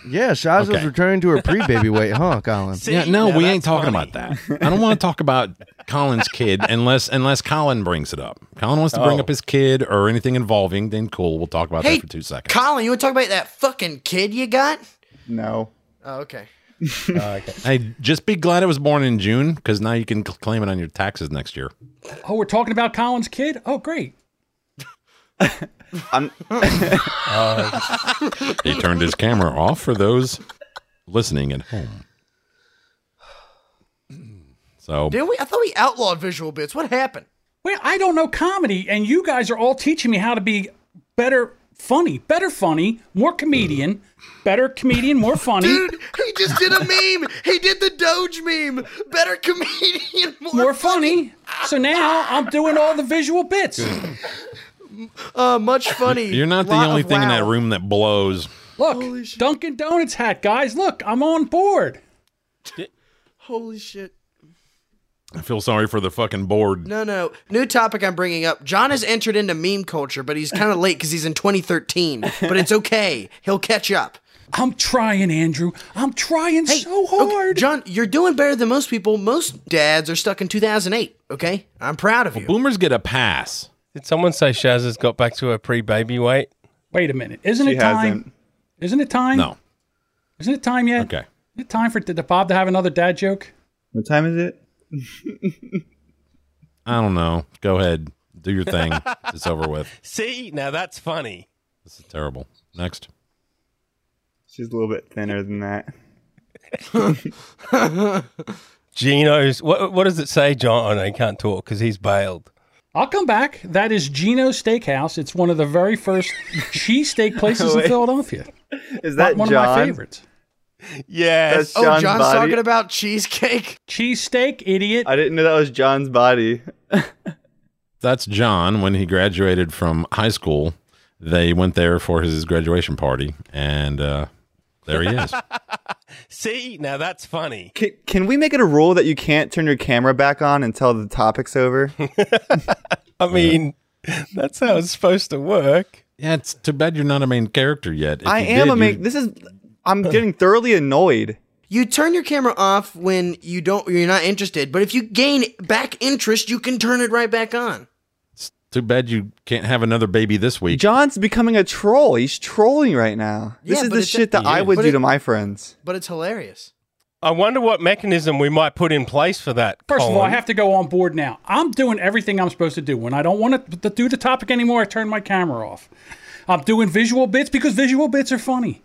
Speaker 7: Yeah, Shaz was
Speaker 5: Okay.
Speaker 7: returning to her pre-baby weight, huh, Colin?
Speaker 5: yeah, no, we ain't talking about that. I don't want to talk about Colin's kid unless unless Colin brings it up. Colin wants to bring
Speaker 4: Oh.
Speaker 5: up his kid or anything involving, then cool. We'll talk about
Speaker 4: Hey,
Speaker 5: that for two seconds.
Speaker 4: Colin, you want to talk about that fucking kid you got?
Speaker 10: No.
Speaker 4: Oh, okay.
Speaker 5: Hey, just be glad it was born in June because now you can cl- claim it on your taxes next year.
Speaker 9: <laughs> Oh, we're talking about Colin's kid? Oh, great.
Speaker 10: I'm
Speaker 5: he turned his camera off for those listening at home. So
Speaker 4: Didn't we? I thought we outlawed visual bits. What happened?
Speaker 9: Well, I don't know comedy, and you guys are all teaching me how to be better funny, better funny, more comedian, better comedian, more funny,
Speaker 4: He just
Speaker 5: <laughs>
Speaker 4: did a meme. He did the Doge meme. Better comedian,
Speaker 9: <laughs>
Speaker 4: more,
Speaker 9: more funny. So now I'm doing all the visual bits.
Speaker 4: uh, much funny.
Speaker 5: you're not the
Speaker 9: Lot
Speaker 5: only
Speaker 9: of
Speaker 5: thing in
Speaker 9: wow.
Speaker 5: that room that blows.
Speaker 9: Look, Dunkin' Donuts hat, guys. Look, I'm on board.
Speaker 4: Holy shit.
Speaker 5: I feel sorry for the fucking board.
Speaker 4: No, no. New topic I'm bringing up. John has entered into meme culture, but he's kind of late because he's in 2013. But it's okay. He'll catch up.
Speaker 9: I'm trying, Andrew. I'm trying so
Speaker 4: hard. John, you're doing better than most people. Most dads are stuck in 2008. Okay, I'm proud of you.
Speaker 5: boomers get a pass.
Speaker 8: Did someone say Shaz has got back to her pre-baby weight?
Speaker 9: Wait a minute. Isn't it time? Isn't it time?
Speaker 5: No.
Speaker 9: Isn't it time yet?
Speaker 5: <laughs> Okay.
Speaker 9: Is it time for the Bob to have another dad joke?
Speaker 10: What time is it?
Speaker 5: I don't know. Go ahead, do your
Speaker 10: <laughs>
Speaker 5: thing. it's over with.
Speaker 8: See, now that's funny.
Speaker 5: This is terrible. Next.
Speaker 10: She's a little bit thinner than that.
Speaker 8: Gino's. What, what does it say, John? Oh, no, he can't talk because he's bailed.
Speaker 9: I'll come back. That is Gino's Steakhouse. It's one of the very
Speaker 8: <laughs>
Speaker 9: first cheesesteak places in
Speaker 8: Wait. <laughs>
Speaker 9: Philadelphia.
Speaker 10: Is
Speaker 8: that
Speaker 9: one of my
Speaker 8: John?
Speaker 9: favorites?
Speaker 8: Yes. Oh.
Speaker 10: That's John's body.
Speaker 4: Oh, about cheesecake.
Speaker 9: Cheesesteak, idiot.
Speaker 10: <laughs> I didn't know that was John's body.
Speaker 5: That's John when he graduated from high school. They went there for his graduation party, and uh, there he
Speaker 10: <laughs>
Speaker 5: is.
Speaker 8: See, now that's funny.
Speaker 10: Can, can we make it a rule that you can't turn your camera back on until the topic's over?
Speaker 8: I mean, that's how it's supposed to work.
Speaker 5: Yeah, it's too bad you're not a main character yet. If
Speaker 10: I
Speaker 5: you
Speaker 10: am
Speaker 5: did,
Speaker 10: a
Speaker 5: you'd-
Speaker 10: make. This is. I'm getting thoroughly annoyed.
Speaker 4: <laughs> You turn your camera off when you don't. You're not interested. But if you gain back interest, you can turn it right back on.
Speaker 5: Too bad you can't have another baby this week.
Speaker 10: John's becoming a troll. He's trolling right now. This
Speaker 4: Yeah,
Speaker 10: is
Speaker 4: but
Speaker 10: the
Speaker 4: it's-
Speaker 10: shit that I would
Speaker 4: But
Speaker 10: do
Speaker 4: it-
Speaker 10: to my friends.
Speaker 4: But it's hilarious.
Speaker 8: I wonder what mechanism we might put in place for that.
Speaker 9: First of all, I
Speaker 8: Colin.
Speaker 9: have to go on board now. I'm doing everything I'm supposed to do. When I don't want to, to do the topic anymore, I turn my camera off. I'm doing visual bits because visual bits are funny.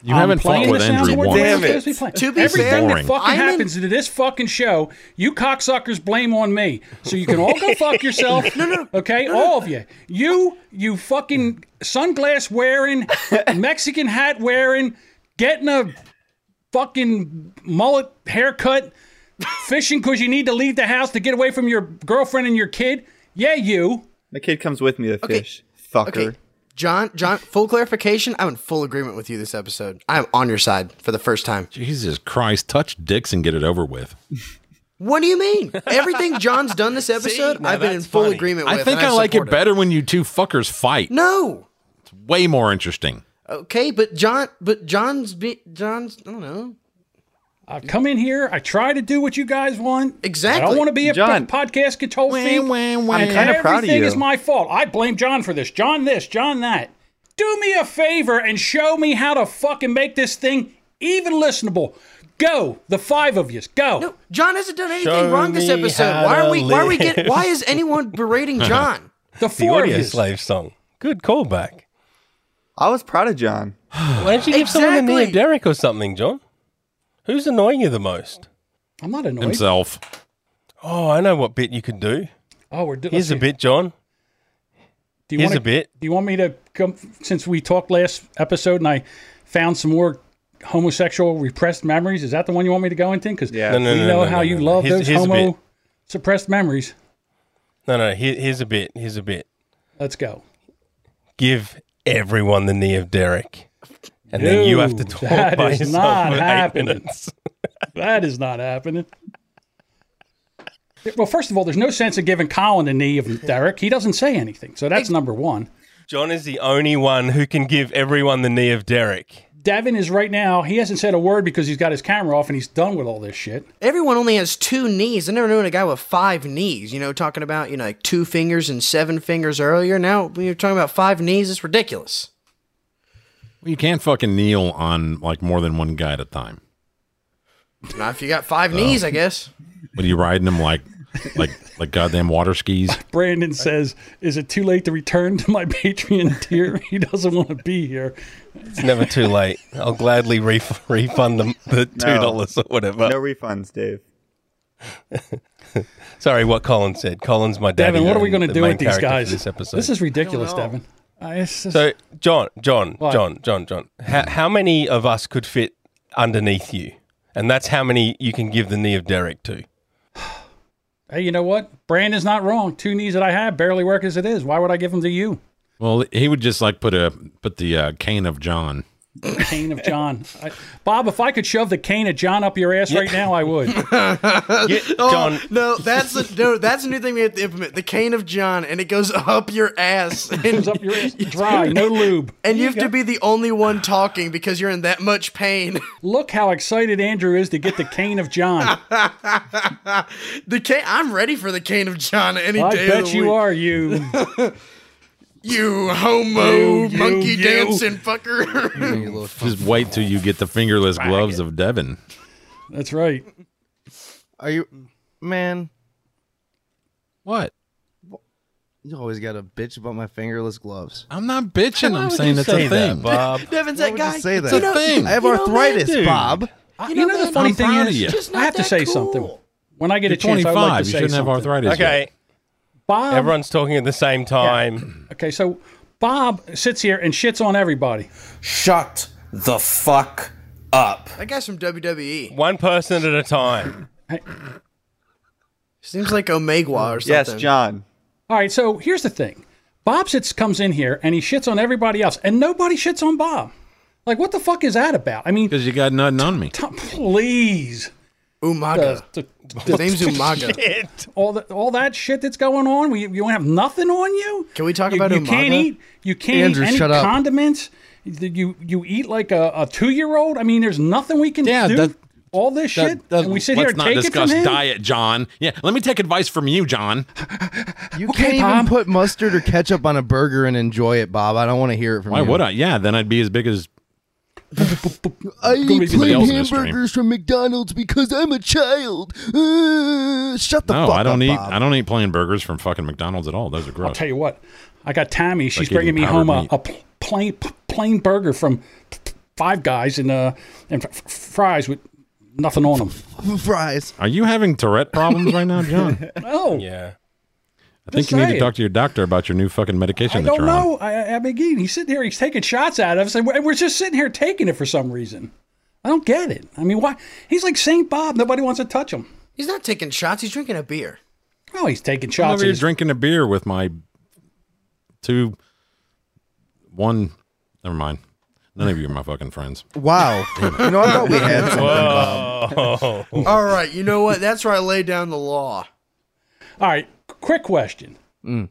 Speaker 5: You
Speaker 9: Um,
Speaker 5: haven't fought with Andrew once.
Speaker 9: To
Speaker 5: be
Speaker 9: Everything
Speaker 5: fair,
Speaker 9: that fucking
Speaker 5: I'm in-
Speaker 9: happens to this fucking show, you cocksuckers blame on me. So you can <laughs> all go fuck yourself. no, no, okay, all of you. You, you fucking sunglass <laughs> wearing, Mexican hat wearing, getting a fucking mullet haircut, fishing because you need to leave the house to get away from your girlfriend and your kid. Yeah, you.
Speaker 10: The kid comes with me to fish. Fucker.
Speaker 4: John, John, full clarification. I'm in full agreement with you this episode. I'm on your side for the first time.
Speaker 5: Jesus Christ, touch dicks and get it over with.
Speaker 4: What do you
Speaker 10: <laughs>
Speaker 4: mean? Everything John's done this episode, I've been in full agreement with.
Speaker 5: I think
Speaker 4: and
Speaker 5: I like it
Speaker 4: support
Speaker 5: better when you two fuckers fight.
Speaker 4: No.
Speaker 5: It's way more interesting.
Speaker 4: Okay, but John, but John's, be, John's, I don't know.
Speaker 9: I come in here. I try to do what you guys want.
Speaker 4: Exactly.
Speaker 9: I don't want to be a
Speaker 4: John.
Speaker 9: p- podcast control freak.
Speaker 4: wah. I'm kinda proud of
Speaker 9: Everything
Speaker 4: you.
Speaker 9: is my fault. I blame John for this. John this. John that. Do me a favor and show me how to fucking make this thing even listenable. Go, the five of yous. Go.
Speaker 4: John hasn't done anything
Speaker 9: Show
Speaker 4: wrong this
Speaker 9: me
Speaker 4: episode.
Speaker 9: how
Speaker 4: Why are
Speaker 9: to
Speaker 4: we? Why are we get?
Speaker 9: live.
Speaker 4: Why is
Speaker 9: <laughs>
Speaker 4: anyone berating John?
Speaker 9: The
Speaker 4: four of
Speaker 8: audio
Speaker 4: yous.
Speaker 8: slave song. Good callback.
Speaker 10: I was proud of John.
Speaker 8: Why don't you give someone the name Derek or something, John? Who's annoying you the most?
Speaker 9: I'm not annoyed.
Speaker 5: Himself.
Speaker 8: Oh, I know what bit you could do.
Speaker 9: Oh, we're do-
Speaker 8: Here's
Speaker 9: let's
Speaker 8: a
Speaker 9: see.
Speaker 8: bit, John.
Speaker 9: Do
Speaker 8: Here's
Speaker 9: wanna-
Speaker 8: a bit.
Speaker 9: Do you want me to come? Since we talked last episode and I found some more homosexual repressed memories, is that the one you want me to go into? Because
Speaker 8: No, no,
Speaker 9: we
Speaker 8: no,
Speaker 9: know
Speaker 8: no,
Speaker 9: how
Speaker 8: no,
Speaker 9: you
Speaker 8: no.
Speaker 9: love
Speaker 8: Here's-
Speaker 9: those
Speaker 8: here's a bit.
Speaker 9: homo suppressed memories.
Speaker 8: No, no. Here, here's a bit. Here's a bit.
Speaker 9: Let's go.
Speaker 8: Give everyone the knee of Derek, and then you have to
Speaker 9: No,
Speaker 8: talk
Speaker 9: that
Speaker 8: by
Speaker 9: is
Speaker 8: yourself
Speaker 9: not
Speaker 8: for eight
Speaker 9: happening.
Speaker 8: minutes.
Speaker 9: That is not happening. Well, first of all, there's no sense in giving Colin the knee of Derek. He doesn't say anything, so that's number one.
Speaker 8: John is the only one who can give everyone the knee of Derek.
Speaker 9: Davin is right now, he hasn't said a word because he's got his camera off and he's done with all this shit.
Speaker 4: Everyone only has two knees. I never knew a guy with five knees. You know, talking about you know like two fingers and seven fingers earlier. Now when you're talking about five knees. It's ridiculous.
Speaker 5: Well, you can't fucking kneel on like more than one guy at a time.
Speaker 4: Not if you got
Speaker 9: Oh.
Speaker 4: five knees, I guess.
Speaker 5: What are you riding them like, like, like goddamn water skis?
Speaker 9: Brandon says, Is it too late to return to my <laughs> Patreon tier? He doesn't want to be here.
Speaker 8: It's never too late. I'll gladly ref- refund them the two
Speaker 10: No.
Speaker 8: dollars or whatever.
Speaker 10: No refunds, Dave.
Speaker 8: Sorry, what Colin said. Colin's my daddy.
Speaker 9: Devin, what are we
Speaker 8: and
Speaker 9: going
Speaker 8: the
Speaker 9: to do
Speaker 8: main
Speaker 9: with these
Speaker 8: character for
Speaker 9: guys?
Speaker 8: This episode.
Speaker 9: This is ridiculous, Devin. I- it's just-
Speaker 8: so, John, John,
Speaker 9: What?
Speaker 8: John, John, John. How, how many of us could fit underneath you? And that's how many you can give the knee of Derek to.
Speaker 9: hey, you know what? Brandon's not wrong. Two knees that I have barely work as it is. Why would I give them to you?
Speaker 5: Well, he would just like put a put the uh, cane of John.
Speaker 9: Cane of John. I, Bob, if I could shove the cane of John up your ass right now, I <laughs> would. <laughs>
Speaker 4: Oh,
Speaker 9: John-
Speaker 4: no, that's a no, that's a new thing we have to implement. The cane of John, and it goes up your ass. <laughs> It goes
Speaker 9: up your ass, dry, no lube.
Speaker 4: And you have to be the only one talking because you're in that much pain. <laughs>
Speaker 9: Look how excited Andrew is to get the cane of <laughs> John.
Speaker 4: the cane, I'm ready for the cane of John any
Speaker 9: I
Speaker 4: day. of
Speaker 9: bet
Speaker 4: the
Speaker 9: you
Speaker 4: week.
Speaker 9: are, you.
Speaker 4: You homo
Speaker 9: You, you,
Speaker 4: monkey
Speaker 9: you.
Speaker 4: dancing fucker. <laughs>
Speaker 5: Just wait till you get the fingerless gloves of Devin.
Speaker 9: That's right.
Speaker 7: Are you, man?
Speaker 5: What?
Speaker 7: You always got a bitch about my fingerless gloves.
Speaker 5: I'm not bitching.
Speaker 7: Why
Speaker 5: I'm
Speaker 7: would
Speaker 5: saying
Speaker 7: you
Speaker 5: it's a
Speaker 7: say
Speaker 5: thing,
Speaker 7: that,
Speaker 5: Bob.
Speaker 4: Devin's
Speaker 7: Why
Speaker 4: that
Speaker 7: would
Speaker 4: guy.
Speaker 7: You say that.
Speaker 4: It's a You know- thing.
Speaker 7: I have
Speaker 4: you know,
Speaker 7: arthritis,
Speaker 5: dude.
Speaker 7: Bob.
Speaker 9: You know, the funny
Speaker 5: I'm
Speaker 9: thing
Speaker 5: proud of you.
Speaker 9: is, I have to say something. When I get
Speaker 5: You're
Speaker 9: a chance, I like
Speaker 5: 25.
Speaker 9: to
Speaker 5: You
Speaker 9: say
Speaker 5: shouldn't have
Speaker 9: something.
Speaker 5: arthritis yet.
Speaker 8: Okay,
Speaker 9: Bob.
Speaker 8: everyone's talking at the same time.
Speaker 9: Okay, so Bob sits here and shits on everybody.
Speaker 12: Shut the fuck
Speaker 2: Uh,
Speaker 12: up.
Speaker 4: That guy's from E. WWE.
Speaker 8: One person at
Speaker 9: <laughs>
Speaker 8: a time.
Speaker 4: Seems like Omegwa or something.
Speaker 10: John.
Speaker 9: All right, so here's the thing. Bob sits comes in here and he shits on everybody else, and nobody shits on Bob. Like, what the fuck is that about? I mean, <laughs>
Speaker 5: Because you got nothing on me.
Speaker 9: t- please.
Speaker 5: Uh,
Speaker 4: Umaga.
Speaker 9: The- the-
Speaker 4: His
Speaker 5: <laughs>
Speaker 9: <laughs>
Speaker 4: name's Umaga.
Speaker 8: Shit.
Speaker 9: all the, all that shit that's going on. We, you have nothing on you.
Speaker 4: Can we talk
Speaker 9: you,
Speaker 4: about
Speaker 9: you
Speaker 4: Umaga?
Speaker 9: can't eat. You can't
Speaker 7: Andrew,
Speaker 9: eat any
Speaker 7: shut up.
Speaker 9: condiments. You you eat like a, a two year old. I mean, there's nothing we can
Speaker 5: Yeah,
Speaker 9: do.
Speaker 5: that-
Speaker 9: all this
Speaker 5: That-
Speaker 9: shit,
Speaker 5: that-
Speaker 9: and we sit here
Speaker 5: let's
Speaker 9: and
Speaker 5: not
Speaker 9: take
Speaker 5: discuss
Speaker 9: it from him.
Speaker 5: diet, John. Yeah, let me take advice from you, John.
Speaker 7: You can't even
Speaker 9: Bob.
Speaker 7: put mustard or ketchup on a burger and enjoy it, Bob. I don't want to hear it from
Speaker 5: Why
Speaker 7: you.
Speaker 5: would I? Yeah, then I'd be as big as
Speaker 7: I
Speaker 5: Go eat
Speaker 7: eat
Speaker 5: something
Speaker 7: plain
Speaker 5: else in this stream.
Speaker 7: hamburgers from McDonald's because I'm a child. Uh, shut the
Speaker 5: no.
Speaker 7: fuck
Speaker 5: I don't
Speaker 7: up,
Speaker 5: eat.
Speaker 7: Bob.
Speaker 5: I don't eat plain burgers from fucking McDonald's at all. Those are
Speaker 9: I'll
Speaker 5: gross.
Speaker 9: tell you what, I got Tammy. She's
Speaker 5: eating
Speaker 9: bringing me
Speaker 5: powdered
Speaker 9: home a,
Speaker 5: meat.
Speaker 9: a pl- plain p- plain burger from p- p- Five Guys and uh and f- f- fries with nothing on them.
Speaker 7: fries.
Speaker 5: Are you having Tourette problems right now, John?
Speaker 9: Oh,
Speaker 8: Yeah.
Speaker 5: I think
Speaker 9: Just
Speaker 5: you need to
Speaker 9: saying.
Speaker 5: talk to your doctor about your new fucking medication
Speaker 9: I
Speaker 5: that
Speaker 9: don't
Speaker 5: you're on.
Speaker 9: know. I, I- I mean, again, he's sitting here. He's taking shots at us, and we're, and we're just sitting here taking it for some reason. I don't get it. I mean, why? He's like Saint Bob. Nobody wants to touch him.
Speaker 4: He's not taking shots. He's drinking a beer.
Speaker 9: Oh, he's taking
Speaker 5: I'm
Speaker 9: shots.
Speaker 5: over
Speaker 9: at
Speaker 5: here
Speaker 9: his-
Speaker 5: drinking a beer with my two, one. Never mind. None of you are my fucking friends.
Speaker 7: Wow. you know, I thought we had something.
Speaker 8: Whoa.
Speaker 4: All right, you know what? That's where I lay down the law.
Speaker 9: All right, quick question. All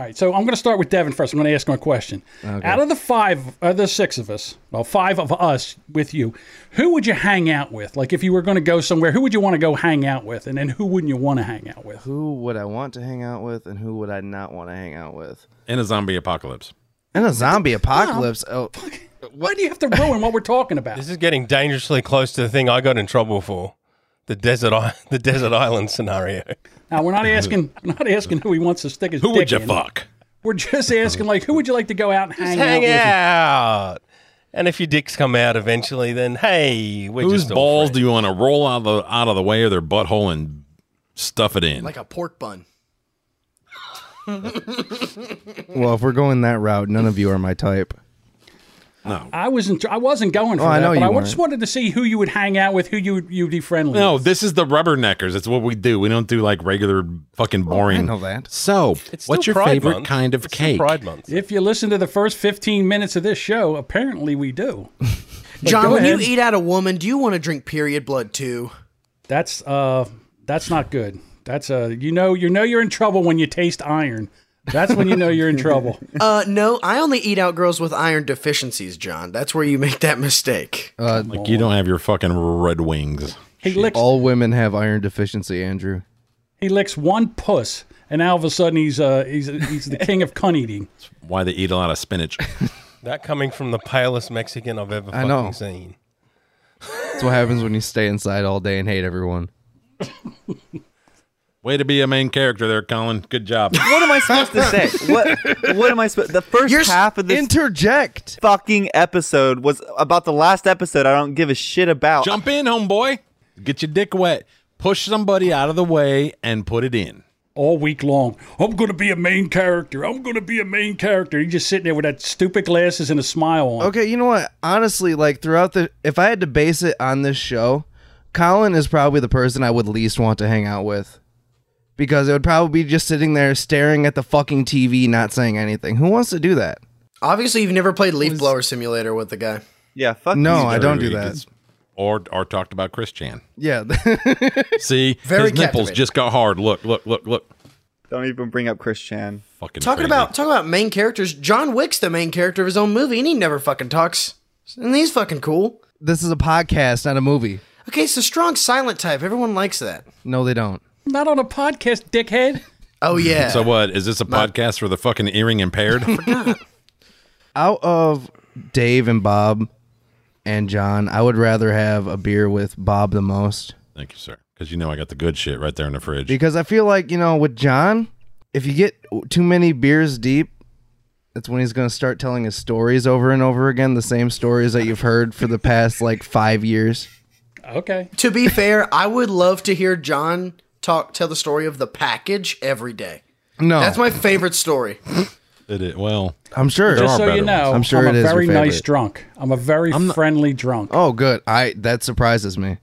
Speaker 9: right, so I'm going to start with Devin first. I'm going to ask him a question. Out of the five, out of the six of us, well, five of us with you, who would you hang out with? Like, if you were going to go somewhere, who would you want to go hang out with, and then who wouldn't you want to hang out with?
Speaker 7: Who would I want to hang out with, and who would I not want to hang out with?
Speaker 5: In a zombie apocalypse.
Speaker 7: In a zombie apocalypse, oh,
Speaker 9: Why do you have to ruin what we're talking about?
Speaker 8: This is getting dangerously close to the thing I got in trouble for. The desert, i- <laughs> the desert island scenario.
Speaker 9: Now, we're not asking, we're not asking who he wants to stick his
Speaker 5: Who
Speaker 9: dick
Speaker 5: would you
Speaker 9: in.
Speaker 5: fuck?
Speaker 9: We're just asking, like, who would you like to go out and hang,
Speaker 8: Hang
Speaker 9: out,
Speaker 8: out, and if your dicks come out eventually, then hey, we're
Speaker 5: Whose
Speaker 8: just all
Speaker 5: balls
Speaker 8: friends.
Speaker 5: do you want to roll out of the out of the way of their butthole and stuff it in?
Speaker 4: Like a pork bun.
Speaker 7: well, if we're going that route, none of you are my type.
Speaker 9: with? I wasn't, I wasn't going for
Speaker 7: Oh, I
Speaker 9: that,
Speaker 7: know
Speaker 9: but
Speaker 7: you
Speaker 9: I
Speaker 7: weren't.
Speaker 9: just wanted to see who you would hang out with, who you would you'd be friendly.
Speaker 5: No,
Speaker 9: with.
Speaker 5: this is the rubberneckers. It's what we do. We don't do like regular fucking boring.
Speaker 7: know that.
Speaker 5: So,
Speaker 8: It's
Speaker 5: what's your
Speaker 8: still Pride
Speaker 5: favorite
Speaker 8: Month.
Speaker 5: kind of
Speaker 8: It's still
Speaker 5: cake?
Speaker 8: Pride month.
Speaker 9: If you listen to the first 15 minutes of this show, apparently we do. But
Speaker 4: John,
Speaker 9: go
Speaker 4: when you
Speaker 9: ahead.
Speaker 4: eat out a woman, do you want to drink period blood too?
Speaker 9: that's uh that's not good. That's uh you know you know you're in trouble when you taste iron. That's when you know
Speaker 7: <laughs>
Speaker 9: you're in trouble.
Speaker 4: Uh, no, I only eat out girls with iron deficiencies, John. That's where you make that mistake.
Speaker 7: Uh,
Speaker 5: Like you don't have your fucking red wings.
Speaker 9: He licks
Speaker 7: All women have iron deficiency, Andrew.
Speaker 9: he licks one puss, and now all of a sudden he's uh he's he's the king of cunt eating.
Speaker 5: Why they eat a lot of spinach?
Speaker 8: That coming from the palest Mexican I've ever
Speaker 7: I
Speaker 8: fucking
Speaker 7: know.
Speaker 8: seen.
Speaker 7: That's what happens when you stay inside all day and hate everyone.
Speaker 5: Way to be a main character there, Colin. Good job.
Speaker 13: What am I supposed to say? What What am I supposed? The 1st half of this
Speaker 7: interject
Speaker 13: fucking episode was about the last episode. I don't give a shit about.
Speaker 5: Jump in, homeboy. Get your dick wet. Push somebody out of the way and put it in.
Speaker 9: all week long. I'm going to be a main character. I'm going to be a main character. You're just sitting there with that stupid glasses and a smile on.
Speaker 7: Okay, you know what? Honestly, like throughout the, if I had to base it on this show, Colin is probably the person I would least want to hang out with. Because it would probably be just sitting there staring at the fucking TV, not saying anything. Who wants to do that?
Speaker 4: Obviously, you've never played Leaf Blower Simulator with the guy.
Speaker 13: Yeah, fuck.
Speaker 7: No, I don't do that.
Speaker 5: Or or talked about Chris Chan.
Speaker 7: Yeah. <laughs>
Speaker 5: See,
Speaker 4: Very
Speaker 5: his nipples
Speaker 4: captivating.
Speaker 5: just got hard. Look, look, look, look.
Speaker 10: Don't even bring up Chris Chan.
Speaker 5: Fucking crazy.
Speaker 4: Talking about talking about main characters, John Wick's the main character of his own movie, and he never fucking talks. And he's fucking cool.
Speaker 7: This is a podcast, not a movie.
Speaker 4: Okay, so strong silent type. Everyone likes that.
Speaker 7: No, they don't.
Speaker 9: Not on a podcast, dickhead.
Speaker 4: Oh
Speaker 7: <laughs>
Speaker 4: yeah.
Speaker 5: So what is this a podcast for the fucking earring impaired? <laughs>
Speaker 7: Out of Dave and Bob and John, I would rather have a beer with Bob the most.
Speaker 5: Thank you, sir. Because you know I got the good shit right there in the fridge.
Speaker 7: Because I feel like, you know, with John, if you get too many beers deep, that's when he's going to start telling his stories over and over again, the same stories that you've heard for the past like five years.
Speaker 9: Okay.
Speaker 4: To be fair, I would love to hear John talk tell the story of the package every day.
Speaker 7: No.
Speaker 4: That's my favorite story.
Speaker 5: Did it well.
Speaker 7: I'm sure.
Speaker 9: Just so you know,
Speaker 7: I'm sure
Speaker 9: I'm a
Speaker 7: it is your
Speaker 9: very nice
Speaker 7: favorite.
Speaker 9: drunk. I'm a very friendly drunk.
Speaker 7: Oh, good. I that surprises me.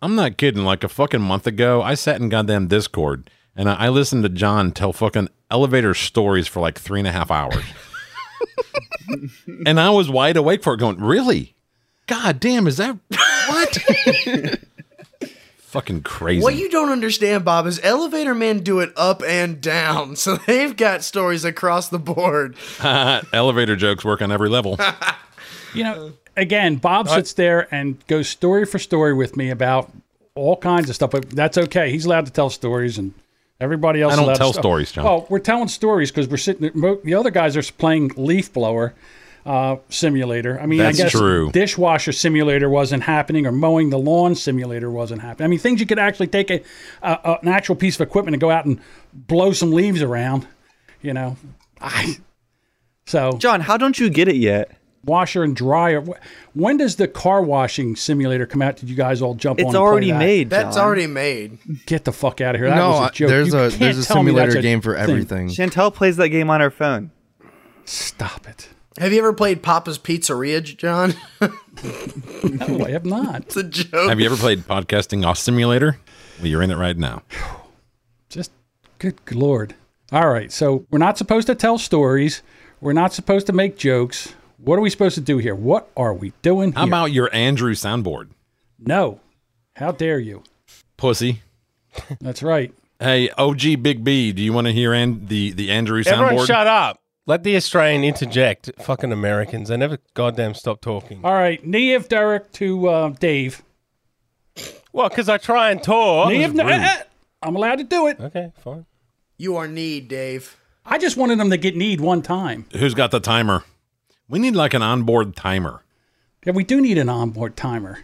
Speaker 5: I'm not kidding. Like a fucking month ago, I sat in goddamn Discord and I, I listened to John tell fucking elevator stories for like three and a half hours. and I was wide awake for it, going, really? God damn, is that what? fucking crazy.
Speaker 4: What you don't understand, Bob, is elevator men do it up and down. <laughs> So they've got stories across the board.
Speaker 5: Elevator jokes work on every
Speaker 4: <laughs>
Speaker 5: level.
Speaker 9: You know, again, Bob sits there and goes story for story with me about all kinds of stuff, but that's okay. He's allowed to tell stories and everybody else
Speaker 5: I
Speaker 9: is
Speaker 5: don't
Speaker 9: allowed to
Speaker 5: tell
Speaker 9: stop.
Speaker 5: stories, John.
Speaker 9: Well, we're telling stories because we're sitting there, mo- the other guys are playing leaf blower uh, simulator. I mean,
Speaker 5: That's
Speaker 9: I guess
Speaker 5: true.
Speaker 9: dishwasher simulator wasn't happening or mowing the lawn simulator wasn't happening. I mean, things you could actually take a, a, a an actual piece of equipment and go out and blow some leaves around, you know. I so
Speaker 13: John, how don't you get it yet?
Speaker 9: Washer and dryer. Wh- When does the car washing simulator come out? Did you guys all jump on?
Speaker 13: It's
Speaker 9: and play
Speaker 13: already
Speaker 9: that?
Speaker 13: made.
Speaker 4: That's already made.
Speaker 9: Get the fuck out of here. That
Speaker 7: No,
Speaker 9: was a
Speaker 7: I-
Speaker 9: joke.
Speaker 7: there's
Speaker 9: You
Speaker 7: a-
Speaker 9: can't
Speaker 7: there's a
Speaker 9: tell me that's
Speaker 7: simulator game for
Speaker 9: thing.
Speaker 7: everything.
Speaker 13: Chantel plays that game on her phone.
Speaker 9: Stop it.
Speaker 4: Have you ever played Papa's Pizzeria, J- John? <laughs>
Speaker 9: No, I have not.
Speaker 4: it's a joke.
Speaker 5: Have you ever played podcasting off simulator? Well, you're in it right now.
Speaker 9: Just good lord. All right, so we're not supposed to tell stories. We're not supposed to make jokes. What are we supposed to do here? What are we doing
Speaker 5: How
Speaker 9: here?
Speaker 5: about your Andrew soundboard?
Speaker 9: no. How dare you?
Speaker 5: Pussy.
Speaker 9: That's right.
Speaker 5: Hey, OG Big B, do you want to hear an- the, the Andrew soundboard?
Speaker 8: Everyone, shut up. Let the Australian interject. Fucking Americans. They never goddamn stop talking.
Speaker 9: All right, Neev Derek to uh, Dave.
Speaker 8: Well, because I try and talk.
Speaker 9: Neev, no,
Speaker 8: Rude.
Speaker 9: eh, eh, I'm allowed to do it.
Speaker 8: Okay, fine.
Speaker 4: You are need, Dave.
Speaker 9: I just wanted them to get need one time.
Speaker 5: Who's got the timer? We need like an onboard timer.
Speaker 9: Yeah, we do need an onboard timer.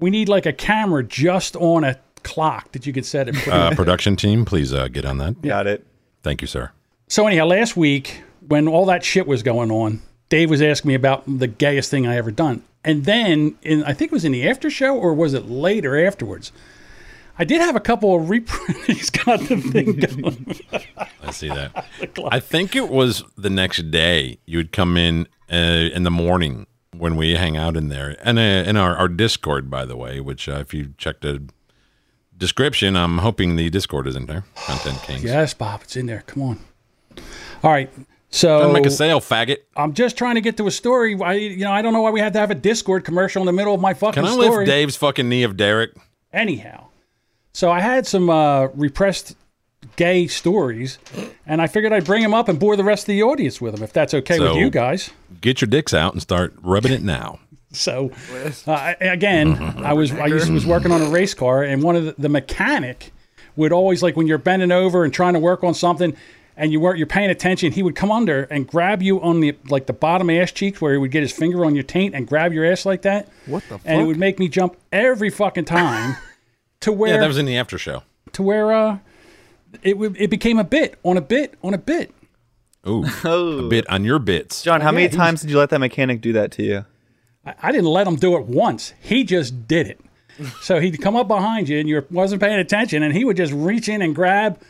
Speaker 9: We need like a camera just on a clock that you can set it.
Speaker 5: Uh, production team, please uh, get on that.
Speaker 13: Got it.
Speaker 5: Thank you, sir.
Speaker 9: so anyhow, last week when all that shit was going on, Dave was asking me about the gayest thing I ever done, and then in I think it was in the after show or was it later afterwards. I did have a couple of reprints. <laughs> He's got the thing
Speaker 5: <laughs>
Speaker 9: going.
Speaker 5: I see that. I think it was the next day you would come in uh, in the morning when we hang out in there and uh, in our, our Discord, by the way, which uh, if you check the description, I'm hoping the Discord is in there. Content Kings.
Speaker 9: yes, Bob, it's in there. Come on. All right, so
Speaker 5: Don't make a sale, faggot.
Speaker 9: I'm just trying to get to a story. I, you know, I don't know why we have to have a Discord commercial in the middle of my fucking
Speaker 5: Can I
Speaker 9: story.
Speaker 5: lift Dave's fucking knee of Derek?
Speaker 9: Anyhow, so I had some uh, repressed gay stories, and I figured I'd bring them up and bore the rest of the audience with them if that's okay with
Speaker 5: So-
Speaker 9: you guys.
Speaker 5: Get your dicks out and start rubbing it now.
Speaker 9: So uh, I- again, I was I used, was working on a race car, and one of the, the mechanic would always like when you're bending over and trying to work on something, and you weren't you're paying attention. He would come under and grab you on the like the bottom ass cheeks where he would get his finger on your taint and grab your ass like that. What the? And it would make me jump every fucking <laughs> time. to where
Speaker 5: <laughs> yeah, that was in the after show.
Speaker 9: to where uh, it would it became a bit on a bit on a bit.
Speaker 5: Ooh, a bit on your bits.
Speaker 13: John, how
Speaker 9: Yeah,
Speaker 13: many
Speaker 9: he's-
Speaker 13: times did you let that mechanic do that to you?
Speaker 9: I, I didn't let him do it once. He just did it. So he'd come up behind you and you wasn't paying attention, and he would just reach in and grab.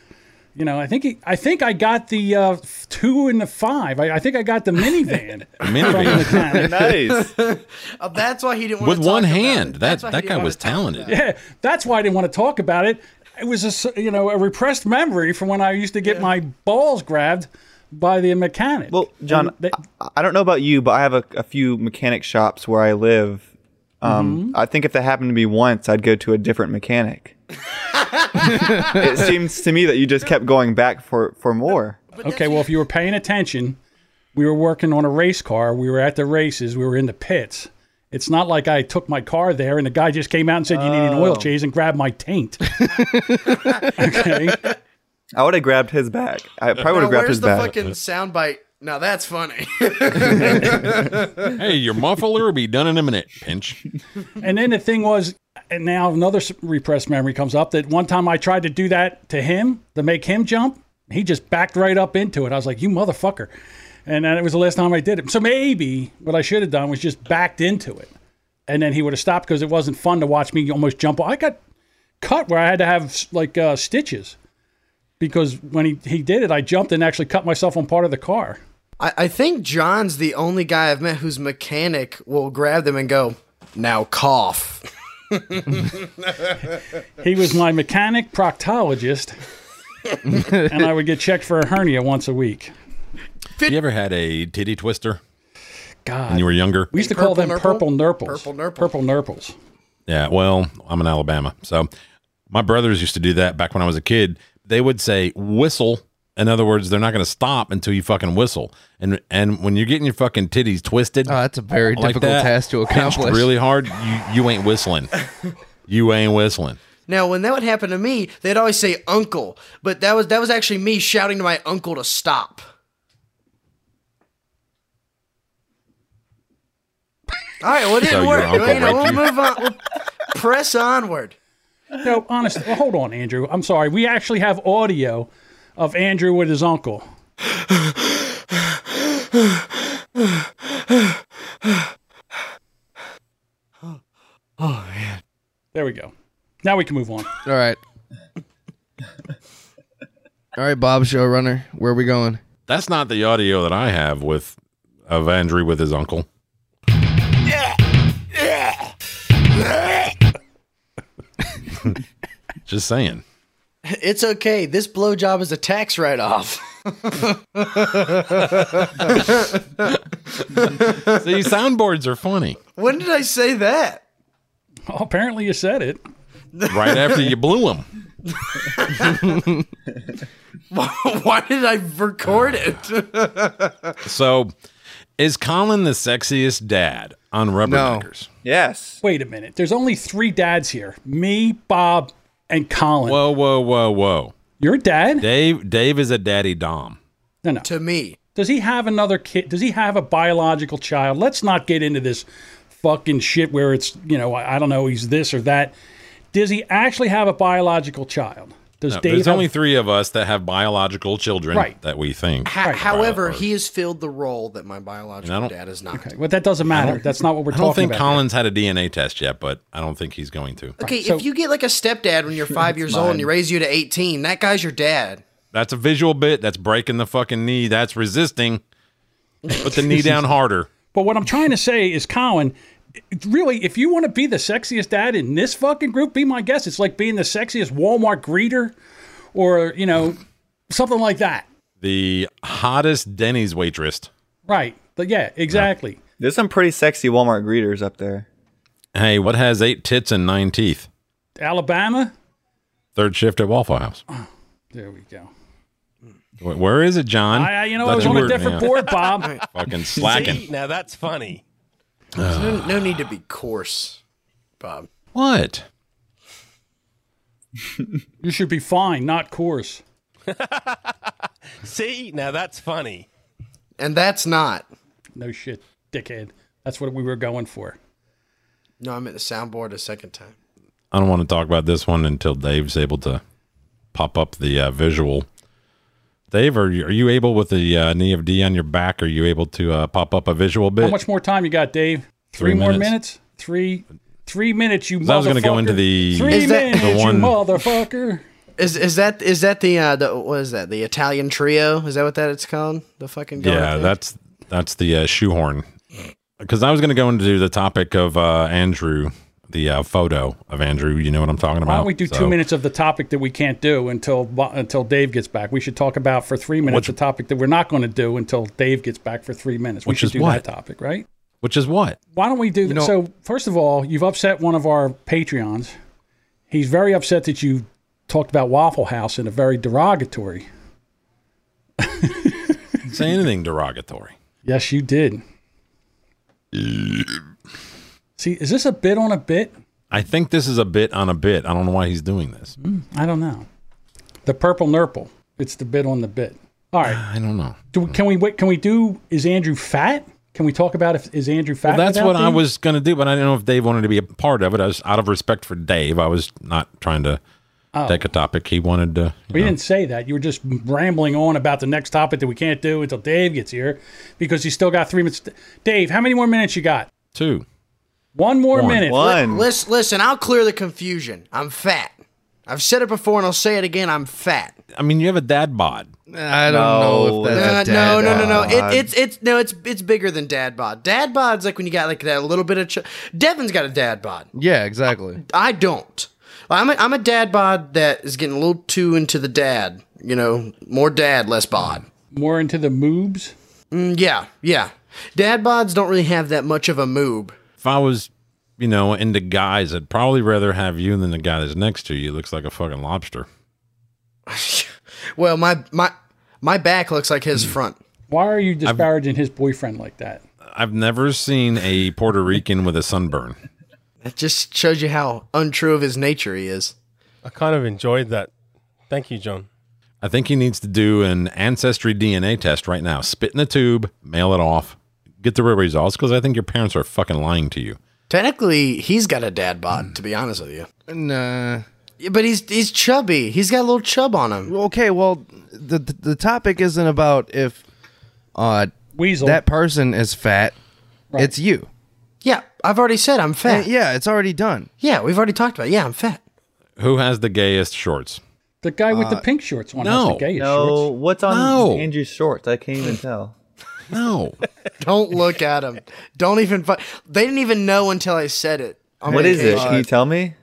Speaker 9: You know, I think he, I think I got the uh, f- two and the five. I, I think I got <laughs> the minivan.
Speaker 5: Minivan.
Speaker 4: <laughs>
Speaker 5: Nice.
Speaker 4: Oh, that's why he didn't want
Speaker 5: With
Speaker 4: to talk
Speaker 5: one
Speaker 4: about
Speaker 5: hand. That
Speaker 4: it. That's why he
Speaker 5: that
Speaker 4: didn't
Speaker 5: guy
Speaker 4: wanna
Speaker 5: was
Speaker 4: talk
Speaker 5: talented.
Speaker 9: Yeah, that's why I didn't want to talk about it. It was a s- you know a repressed memory from when I used to get my balls grabbed by the mechanic. Well,
Speaker 13: John, I, I don't know about you, but I have a, a few mechanic shops where I live. Um, I think if that happened to me once, I'd go to a different mechanic. it seems to me that you just kept going back for, for more.
Speaker 9: Okay, well, if you were paying attention, we were working on a race car. We were at the races. We were in the pits. It's not like I took my car there and the guy just came out and said, You need an oil
Speaker 13: Oh.
Speaker 9: change and grabbed my taint. <laughs>
Speaker 13: I would have grabbed his back. I probably would
Speaker 4: Now,
Speaker 13: have grabbed
Speaker 4: where's
Speaker 13: his
Speaker 4: the
Speaker 13: back.
Speaker 4: fucking soundbite? Now that's funny. <laughs>
Speaker 5: hey, your muffler will be done in a minute. Pinch.
Speaker 9: and then the thing was, and now another s- repressed memory comes up that one time I tried to do that to him to make him jump. He just backed right up into it. I was like, You motherfucker. And then it was the last time I did it. So maybe what I should have done was just backed into it. And then he would have stopped because it wasn't fun to watch me almost jump. I got cut where I had to have like uh, stitches because when he, he did it, I jumped and actually cut myself on part of the car.
Speaker 4: I, I think John's the only guy I've met whose mechanic will grab them and go, now cough.
Speaker 9: He was my mechanic proctologist, and I would get checked for a hernia once a week.
Speaker 5: You ever had a titty twister
Speaker 9: God.
Speaker 5: when you were younger?
Speaker 9: We used to call them purple
Speaker 4: Purple
Speaker 9: nurples.
Speaker 4: nurple?
Speaker 9: Purple
Speaker 4: nurple.
Speaker 9: nurples.
Speaker 5: Yeah, well, I'm in Alabama. So my brothers used to do that back when I was a kid. They would say whistle. In other words, they're not going to stop until you fucking whistle. And and when you're getting your fucking titties twisted, oh,
Speaker 7: that's a very difficult task to accomplish.
Speaker 5: Really hard. You you ain't whistling. you ain't whistling.
Speaker 4: Now, when that would happen to me, they'd always say uncle, but that was that was actually me shouting to my uncle to stop. All right, well, it
Speaker 9: So
Speaker 4: didn't
Speaker 9: your
Speaker 4: work.
Speaker 9: uncle
Speaker 4: You know,
Speaker 9: raped
Speaker 4: we'll
Speaker 9: you.
Speaker 4: move on. We'll press onward.
Speaker 9: No, honestly, well, hold on, Andrew. I'm sorry. We actually have audio of Andrew with his uncle.
Speaker 14: Oh man.
Speaker 9: There we go. Now we can move on. <laughs>
Speaker 7: All right. All right, Bob showrunner, where are we going?
Speaker 5: That's not the audio that I have with of Andrew with his uncle. <laughs> Just saying.
Speaker 4: It's okay. This blowjob is a tax write-off.
Speaker 5: These soundboards are funny.
Speaker 4: <laughs> when did I say that?
Speaker 9: Oh, apparently, you said it.
Speaker 5: Right after you blew them.
Speaker 4: <laughs> Why did I record it? <laughs>
Speaker 5: So, is Colin the sexiest dad on Rubberneckers?
Speaker 13: Yes.
Speaker 9: Wait a minute. There's only three dads here me, Bob, and Colin.
Speaker 5: Whoa, whoa, whoa, whoa!
Speaker 9: You're dad.
Speaker 5: Dave. Dave is a daddy dom.
Speaker 9: No, no.
Speaker 4: To me.
Speaker 9: Does he have another kid? Does he have a biological child? Let's not get into this fucking shit where it's, you know, I, I don't know, he's this or that. Does he actually have a biological child? Does
Speaker 5: No,
Speaker 9: Dave
Speaker 5: there's
Speaker 9: have-
Speaker 5: only three of us that have biological children
Speaker 9: Right.
Speaker 5: that we think.
Speaker 4: Ho- However, he has filled the role that my biological dad has not.
Speaker 9: Okay, well, that doesn't matter. That's not what we're
Speaker 5: I don't
Speaker 9: talking
Speaker 5: think
Speaker 9: about.
Speaker 5: Colin's had a DNA test yet, but I don't think he's going to.
Speaker 4: Okay, if you get like a stepdad
Speaker 5: <laughs>
Speaker 4: when you're five years old and he raised you to 18, that guy's your dad.
Speaker 5: That's a visual bit. That's breaking the fucking knee. That's resisting. Put
Speaker 9: <laughs>
Speaker 5: the knee down harder.
Speaker 9: But what I'm trying to say is, Colin, it- really, if you want to be the sexiest dad in this fucking group, be my guest. It's like being the sexiest Walmart greeter or, you know, something like that.
Speaker 5: The hottest Denny's waitress.
Speaker 9: Right. But yeah, exactly.
Speaker 13: There's some pretty sexy Walmart greeters up there.
Speaker 5: Hey, what has eight tits and nine teeth?
Speaker 9: Alabama? Uh.
Speaker 5: Third shift at Waffle House.
Speaker 9: There we go.
Speaker 5: Wait, Where is it, John?
Speaker 9: I, I- you know, I
Speaker 5: Thought
Speaker 9: was on
Speaker 5: were-
Speaker 9: a different
Speaker 5: yeah.
Speaker 9: board, Bob.
Speaker 5: Fucking
Speaker 9: <laughs>
Speaker 5: slacking.
Speaker 8: now that's funny.
Speaker 4: There's no, no need to be coarse, Bob.
Speaker 5: What?
Speaker 9: you should be fine, not coarse.
Speaker 8: See, now that's funny.
Speaker 4: And that's not.
Speaker 9: No shit, dickhead. That's what we were going for.
Speaker 4: No, I'm at the soundboard a second time.
Speaker 5: I don't want to talk about this one until Dave's able to pop up the uh, visual. Dave, are you, are you able with the uh, knee of D on your back? Are you able to uh, pop up a visual bit?
Speaker 9: How much more time you got, Dave?
Speaker 5: Three
Speaker 9: more
Speaker 5: minutes.
Speaker 9: minutes? Three three minutes, you motherfucker.
Speaker 5: I was gonna go into the-
Speaker 9: three
Speaker 5: Is that-
Speaker 9: minutes,
Speaker 5: the one-
Speaker 9: you motherfucker.
Speaker 4: Is is that is that the uh, the what is that the Italian trio? Is that what that it's called? The fucking going
Speaker 5: yeah,
Speaker 4: thing?
Speaker 5: that's that's the uh, shoehorn. Because I was going to go into the topic of uh, Andrew, the uh, photo of Andrew. You know what I'm talking about.
Speaker 9: Why don't we do
Speaker 5: So-
Speaker 9: two minutes of the topic that we can't do until Bo- until Dave gets back? We should talk about for three minutes the topic that we're not going to do until Dave gets back for three minutes. we
Speaker 5: Which
Speaker 9: should
Speaker 5: is
Speaker 9: do
Speaker 5: what?
Speaker 9: that topic, right?
Speaker 5: Which is what?
Speaker 9: Why don't we do that?
Speaker 5: know-
Speaker 9: so first of all, you've upset one of our Patreons. He's very upset that you talked about Waffle House in a very derogatory.
Speaker 5: Didn't Say anything derogatory.
Speaker 9: Yes, you did. See, is this a bit on a bit?
Speaker 5: I think this is a bit on a bit. I don't know why he's doing this.
Speaker 9: I don't know. The purple nurple. It's the bit on the bit. All right.
Speaker 5: <sighs> I don't know.
Speaker 9: Do, can we wait? Can we do? Is Andrew fat? Can we talk about if is Andrew fat?
Speaker 5: Well, that's
Speaker 9: without
Speaker 5: what I
Speaker 9: Dave?
Speaker 5: was going to do, but I didn't know if Dave wanted to be a part of it. I was out of respect for Dave. I was not trying to
Speaker 9: Oh.
Speaker 5: take a topic. He wanted to.
Speaker 9: We didn't say that. You were just rambling on about the next topic that we can't do until Dave gets here, because he's still got three minutes. Dave, how many more minutes you got?
Speaker 5: Two.
Speaker 9: One more minute.
Speaker 4: Listen, listen. I'll clear the confusion. I'm fat. I've said it before, and I'll say it again. I'm fat.
Speaker 5: I mean, you have a dad bod.
Speaker 7: I don't know if that's a
Speaker 4: no, no,
Speaker 7: dad
Speaker 4: no, no.
Speaker 7: bod.
Speaker 4: It, it's it's no. It's it's bigger than dad bod. Dad bod's like when you got like that little bit of. Ch- Devin's got a dad bod.
Speaker 7: Yeah, exactly.
Speaker 4: I don't. I'm a, I'm a dad bod that is getting a little too into the dad. You know, more dad, less bod.
Speaker 9: More into the moobs.
Speaker 4: Mm, yeah, yeah. Dad bods don't really have that much of a moob.
Speaker 5: If I was, you know, into guys, I'd probably rather have you than the guy that's next to you. Looks like a fucking lobster.
Speaker 4: Well, my my my back looks like his front.
Speaker 9: Why are you disparaging his boyfriend like that?
Speaker 5: I've never seen a Puerto Rican with a sunburn.
Speaker 4: That just shows you how untrue of his nature he is.
Speaker 8: I kind of enjoyed that. Thank you, John.
Speaker 5: I think he needs to do an ancestry DNA test right now. Spit in a tube, mail it off, get the real results because I think your parents are fucking lying to you.
Speaker 4: Technically, he's got a dad
Speaker 7: Hmm.
Speaker 4: bod. To be honest with you,
Speaker 7: Nah.
Speaker 4: Yeah, but he's he's chubby. He's got a little chub on him.
Speaker 7: Okay, well, the the, the topic isn't about if uh
Speaker 9: Weasel.
Speaker 7: that person is fat. It's you.
Speaker 4: Yeah, I've already said I'm fat.
Speaker 7: yeah, it's already done.
Speaker 4: Yeah, we've already talked about. It. Yeah, I'm fat.
Speaker 5: Who has the gayest shorts?
Speaker 9: The guy with the
Speaker 5: Uh,
Speaker 9: pink shorts on
Speaker 5: no.
Speaker 9: has the gayest
Speaker 5: No,
Speaker 9: shorts.
Speaker 13: What's on
Speaker 5: No.
Speaker 13: Andrew's shorts? I can't even tell.
Speaker 5: No.
Speaker 7: <laughs>
Speaker 4: Don't look at him. Don't even. Fu- they didn't even know until I said it. on
Speaker 13: what
Speaker 4: my
Speaker 13: is it?
Speaker 4: occasion.
Speaker 13: Can you tell me?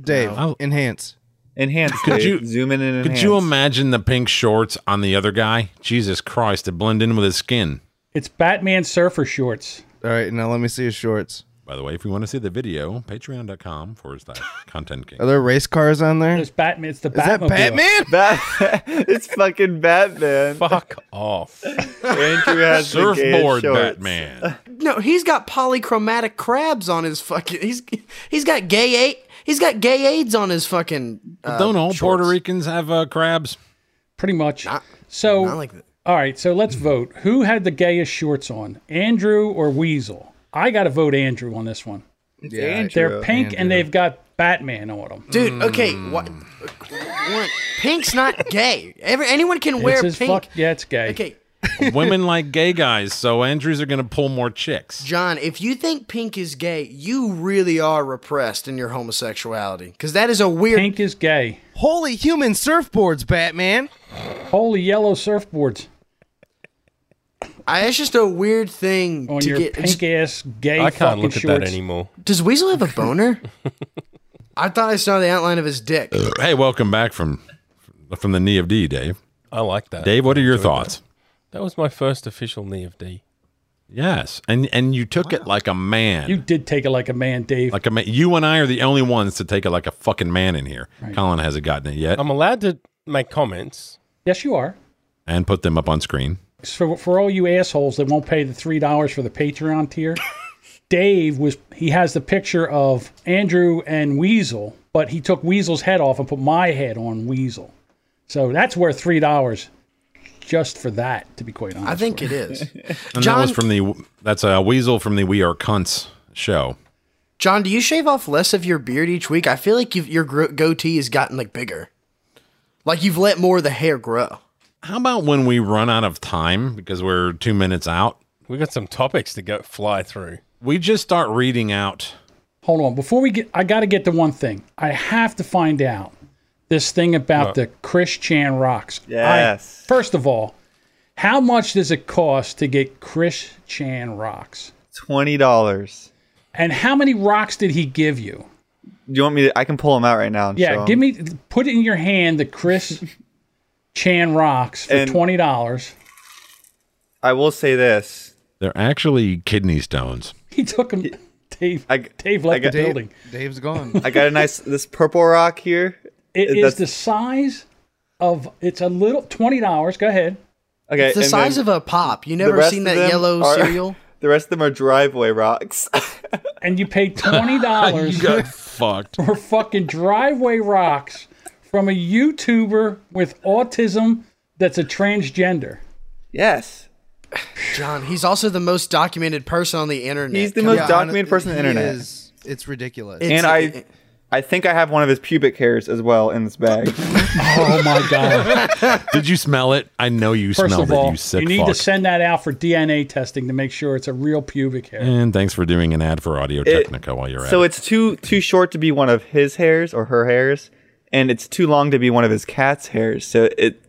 Speaker 7: Dave, enhance.
Speaker 13: Enhance.
Speaker 5: <laughs> Could
Speaker 13: Dave.
Speaker 5: you-
Speaker 13: zoom in and
Speaker 5: Could
Speaker 13: enhance?
Speaker 5: you imagine the pink shorts on the other guy? Jesus Christ, to blend in with his skin.
Speaker 9: It's Batman surfer shorts.
Speaker 7: All right, now let me see his shorts.
Speaker 5: By the way, if you want to see the video, patreon.com forward slash content
Speaker 13: <laughs>
Speaker 5: king.
Speaker 7: Are there race cars on there?
Speaker 9: It's Batman. It's the
Speaker 7: Is that
Speaker 9: Batmobile.
Speaker 7: Batman?
Speaker 13: it's fucking Batman.
Speaker 8: Fuck
Speaker 13: <laughs>
Speaker 8: off.
Speaker 13: Andrew has the gayest
Speaker 5: <laughs> Surfboard
Speaker 13: shorts.
Speaker 5: Batman.
Speaker 4: <laughs>
Speaker 13: <laughs>
Speaker 4: No, he's got polychromatic crabs on his fucking. He's he's got gay eight. He's got gay aids on his fucking. Uh,
Speaker 5: Don't all Puerto Ricans have uh, crabs?
Speaker 9: Pretty much. so, all right. So
Speaker 7: Hmm.
Speaker 9: let's vote. Who had the gayest shorts on, Andrew or Weasel? I got to vote Andrew on this one.
Speaker 7: Yeah, Andrew.
Speaker 9: They're pink
Speaker 7: Andrew.
Speaker 9: and they've got Batman on them.
Speaker 4: Dude, okay,
Speaker 9: Hmm.
Speaker 4: what? One- pink's not gay. Every anyone can wear
Speaker 9: his
Speaker 4: pink.
Speaker 9: fuck- yeah, it's gay.
Speaker 4: Okay,
Speaker 5: <laughs> Women like gay guys, so Andrews are going to pull more chicks.
Speaker 4: John, if you think pink is gay, you really are repressed in your homosexuality because that is a weird.
Speaker 9: Pink is gay.
Speaker 7: Holy human surfboards, Batman.
Speaker 9: Holy yellow surfboards.
Speaker 4: I, it's just a weird thing
Speaker 9: On
Speaker 4: to
Speaker 9: your
Speaker 4: get.
Speaker 9: pink ass gay.
Speaker 8: I can't look at
Speaker 9: fucking
Speaker 8: that
Speaker 9: shorts.
Speaker 8: anymore.
Speaker 4: Does Weasel have
Speaker 9: <laughs>
Speaker 4: a boner? I thought I saw the outline of his dick.
Speaker 5: hey, welcome back from from the knee of D, Dave.
Speaker 8: I like that.
Speaker 5: Dave, what are your thoughts?
Speaker 8: That was my first official knee of D.
Speaker 5: Yes, and and you took it like a man,
Speaker 9: You did take it like a man, Dave.
Speaker 5: like a
Speaker 8: Um,
Speaker 5: man. You and I are the only ones to take it like a fucking man in here. Colin hasn't gotten it yet.
Speaker 8: I'm allowed to make comments.
Speaker 9: Yes, you are.
Speaker 5: and put them up on screen.
Speaker 9: So for all you assholes that won't pay the three dollars for the Patreon
Speaker 4: <laughs>
Speaker 9: tier, Dave was he has the picture of Andrew and Weasel, but he took Weasel's head off and put my head on Weasel. So that's worth three dollars just for that, to be quite honest.
Speaker 4: I think
Speaker 9: with
Speaker 4: it
Speaker 9: you. <laughs>
Speaker 4: is.
Speaker 5: And
Speaker 4: John,
Speaker 5: that was from the that's a weasel from the We Are Cunts show.
Speaker 4: John, do you shave off less of your beard each week? I feel like you've, your gro- goatee has gotten like bigger. Like you've let more of the hair grow.
Speaker 5: How about when we run out of time because we're two minutes out?
Speaker 8: We got some topics to go fly through.
Speaker 5: We just start reading out.
Speaker 9: Hold on, before we get, I got to get to one thing. I have to find out this thing about
Speaker 5: What?
Speaker 9: the Chris Chan rocks. I-
Speaker 13: Yes.
Speaker 9: first of all, how much does it cost to get Chris Chan rocks?
Speaker 13: Twenty dollars.
Speaker 9: And how many rocks did he give you?
Speaker 13: Do you want me to? I can pull them out right now. and
Speaker 9: Yeah,
Speaker 13: show 'em.
Speaker 9: give me put in your hand the Chris Chan rocks for
Speaker 13: And-
Speaker 9: twenty dollars. <laughs>
Speaker 13: I will say this.
Speaker 5: They're actually kidney stones.
Speaker 9: He took him. <laughs> Dave. Dave
Speaker 13: I
Speaker 9: left
Speaker 13: got-
Speaker 9: the building.
Speaker 7: Dave's gone.
Speaker 13: I got a nice this purple rock here.
Speaker 9: It is
Speaker 13: That's-
Speaker 9: the size of. It's a little twenty dollars. Go ahead.
Speaker 13: Okay,
Speaker 4: it's the
Speaker 13: and
Speaker 4: size
Speaker 13: then
Speaker 4: of a pop. You
Speaker 13: the
Speaker 4: never
Speaker 13: rest
Speaker 4: seen
Speaker 13: of
Speaker 4: that
Speaker 13: them
Speaker 4: yellow
Speaker 13: are-
Speaker 4: cereal?
Speaker 13: The rest of them are driveway rocks.
Speaker 9: and you paid twenty dollars
Speaker 5: fucked.
Speaker 9: for fucking driveway rocks from a YouTuber with autism that's a transgender.
Speaker 13: Yes.
Speaker 4: John, he's also the most documented person on the internet.
Speaker 13: He's the
Speaker 4: Come
Speaker 13: most
Speaker 4: on.
Speaker 13: documented person on the
Speaker 4: He
Speaker 13: internet.
Speaker 4: is.
Speaker 7: It's ridiculous.
Speaker 13: and I, I think I have one of his pubic hairs as well in this
Speaker 4: <laughs>
Speaker 13: bag.
Speaker 9: oh <laughs> my god!
Speaker 5: Did you smell it? I know you
Speaker 9: First
Speaker 5: smelled
Speaker 9: of all,
Speaker 5: it. You sick
Speaker 9: need
Speaker 5: fuck.
Speaker 9: to send that out for DNA testing to make sure it's a real pubic hair.
Speaker 5: and thanks for doing an ad for Audio
Speaker 13: It-
Speaker 5: Technica while you're
Speaker 13: so
Speaker 5: at it.
Speaker 13: it's too too short to be one of his hairs or her hairs, and it's too long to be one of his cat's hairs. So it,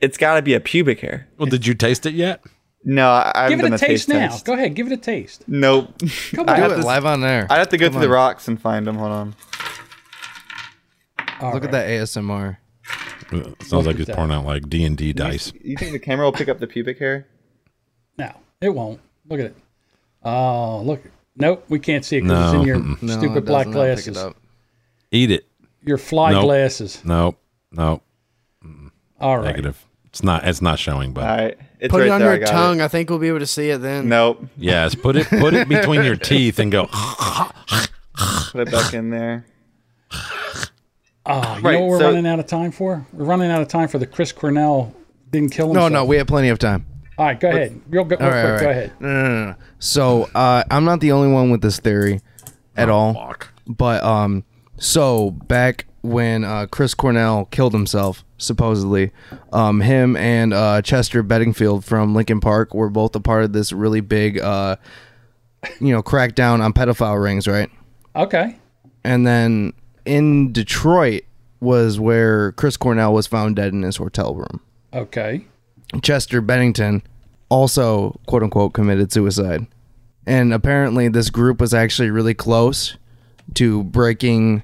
Speaker 13: it's got to be a pubic hair.
Speaker 5: Well, did you taste it yet?
Speaker 13: No, I, I haven't
Speaker 9: Give it
Speaker 13: done
Speaker 9: a taste now.
Speaker 13: test.
Speaker 9: Go ahead, give it a taste.
Speaker 13: Nope.
Speaker 9: Come
Speaker 13: I
Speaker 9: on.
Speaker 13: have
Speaker 9: Do it
Speaker 13: to-
Speaker 9: live
Speaker 7: on air.
Speaker 13: I'd have to go
Speaker 7: Come
Speaker 13: through the
Speaker 7: on.
Speaker 13: rocks and find them. Hold on.
Speaker 7: Look at that ASMR.
Speaker 5: Sounds like he's pouring out like D and D dice.
Speaker 13: You think the camera will pick up the pubic hair?
Speaker 9: No, it won't. Look at it. Oh, look. Nope, we can't see it because it's in
Speaker 5: No, <laughs>
Speaker 9: your
Speaker 5: mm-mm. No,
Speaker 9: stupid
Speaker 5: it
Speaker 9: black
Speaker 5: does not pick it
Speaker 9: glasses.
Speaker 5: up. Eat it.
Speaker 9: Your fly
Speaker 5: Nope.
Speaker 9: glasses.
Speaker 5: Nope. Nope.
Speaker 9: All right.
Speaker 5: Negative. It's not. It's not showing.
Speaker 7: Uh,
Speaker 5: But
Speaker 4: Put it on your tongue. I think we'll be able to see it then. <laughs>
Speaker 13: Nope.
Speaker 5: Yes. Put it. Put it between
Speaker 7: <laughs>
Speaker 5: your teeth and go.
Speaker 13: Put it back in there.
Speaker 9: Ah, you
Speaker 13: Right,
Speaker 9: know what we're
Speaker 13: so-
Speaker 9: running out of time for? We're running out of time for the Chris Cornell didn't kill
Speaker 7: No,
Speaker 9: himself.
Speaker 7: Oh, no, we have plenty of time.
Speaker 9: All right, go ahead. Real, go, real
Speaker 7: All right,
Speaker 9: quick,
Speaker 7: all
Speaker 9: go
Speaker 7: right.
Speaker 9: ahead.
Speaker 7: No, no, no, no. So uh, I'm not the only one with this theory at all. But um, so back when uh, Chris Cornell killed himself, supposedly, um, him and uh, Chester Bedingfield from Lincoln Park were both a part of this really big, uh, you know, crackdown on pedophile rings, right?
Speaker 9: Okay.
Speaker 7: And then in Detroit was where Chris Cornell was found dead in his hotel room.
Speaker 9: Okay.
Speaker 7: Chester Bennington also, quote unquote, committed suicide. And apparently, this group was actually really close to breaking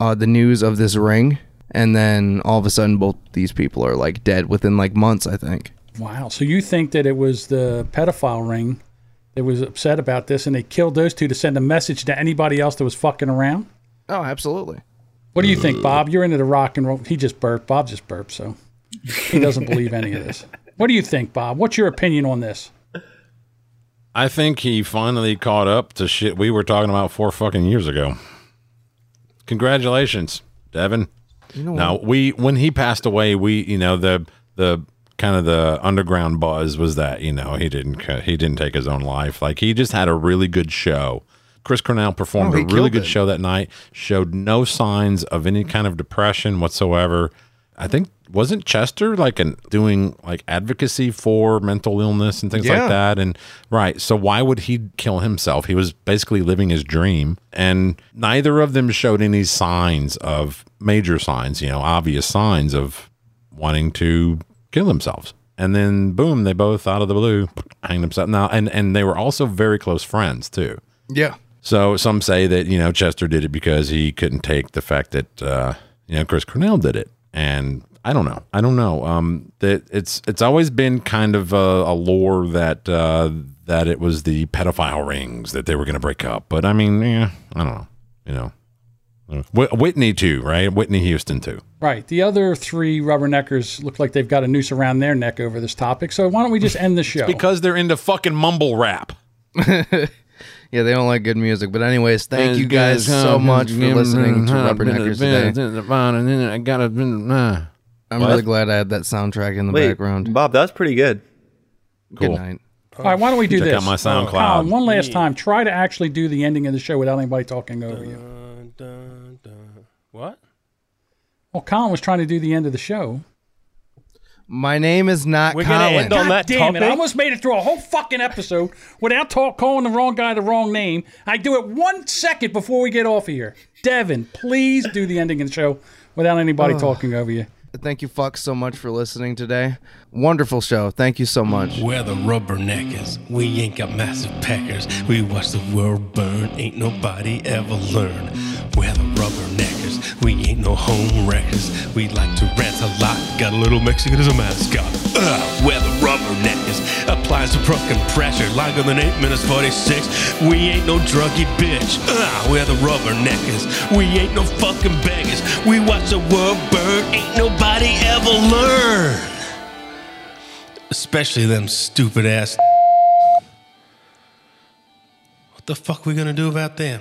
Speaker 7: uh, the news of this ring. And then all of a sudden, both these people are like dead within like months, I think.
Speaker 9: Wow. So you think that it was the pedophile ring that was upset about this and they killed those two to send a message to anybody else that was fucking around?
Speaker 7: Oh, absolutely.
Speaker 9: What do you think, Bob? You're into the rock and roll. He just burped. Bob just burped, so he doesn't believe any of this. What do you think, Bob? What's your opinion on this?
Speaker 5: I think he finally caught up to shit we were talking about four fucking years ago. Congratulations, Devin.
Speaker 7: You know
Speaker 5: now
Speaker 7: what?
Speaker 5: we when he passed away, we you know the the kind of the underground buzz was that you know he didn't ca- he didn't take his own life. Like he just had a really good show. Chris Cornell performed
Speaker 7: Oh, he
Speaker 5: a really
Speaker 7: killed
Speaker 5: good
Speaker 7: it.
Speaker 5: show that night. Showed no signs of any kind of depression whatsoever. I think wasn't Chester like an doing like advocacy for mental illness and things
Speaker 7: Yeah.
Speaker 5: like that and right so why would he kill himself he was basically living his dream and neither of them showed any signs of major signs you know obvious signs of wanting to kill themselves and then boom they both out of the blue hanged themselves now and and they were also very close friends too
Speaker 7: Yeah.
Speaker 5: so some say that you know Chester did it because he couldn't take the fact that uh, you know Chris Cornell did it, and I don't know. I don't know. Um, that it's it's always been kind of a, a lore that uh, that it was the pedophile rings that they were going to break up. But I mean, yeah, I don't know. You know, Wh- Whitney too, right? Whitney Houston too.
Speaker 9: Right. The other three rubberneckers look like they've got a noose around their neck over this topic. So why don't we just end the show?
Speaker 5: Because they're into fucking mumble rap.
Speaker 7: Yeah, they don't like good music. But anyways, thank you guys so much for listening to Rubberneckers today. <laughs> uh,
Speaker 5: I gotta.
Speaker 7: I'm really glad I had that soundtrack in the
Speaker 10: Wait,
Speaker 7: background.
Speaker 10: Bob, that's pretty good.
Speaker 7: Good night.
Speaker 9: All right, why don't we do
Speaker 7: Check
Speaker 9: this? Oh,
Speaker 7: out my SoundCloud.
Speaker 9: Colin, one last time, try to actually do the ending of the show without anybody talking over you.
Speaker 8: What?
Speaker 9: Well, Colin was trying to do the end of the show.
Speaker 7: My name is not
Speaker 9: We're
Speaker 7: Colin.
Speaker 9: God damn it! I almost made it through a whole fucking episode without talk, calling the wrong guy the wrong name. I do it one second before we get off of here. Devin, please do the ending of the show without anybody
Speaker 7: Ugh.
Speaker 9: talking over you.
Speaker 7: Thank you, fucks, so much for listening today. Wonderful show. Thank you so much.
Speaker 6: We're the rubberneckers. We ain't got massive packers. We watch the world burn. Ain't nobody ever learn. We're the rubberneckers. We ain't no home wreckers. We like to rant a lot. Got a little Mexican as a mascot. Ugh, we're the rubberneckers. Applies to fucking pressure. Longer than 8 minutes 46. We ain't no druggy bitch. Ugh, we're the rubberneckers. We ain't no fucking beggars. We watch the world burn. Ain't nobody ever learn. Especially them stupid ass. What the fuck we gonna do about them?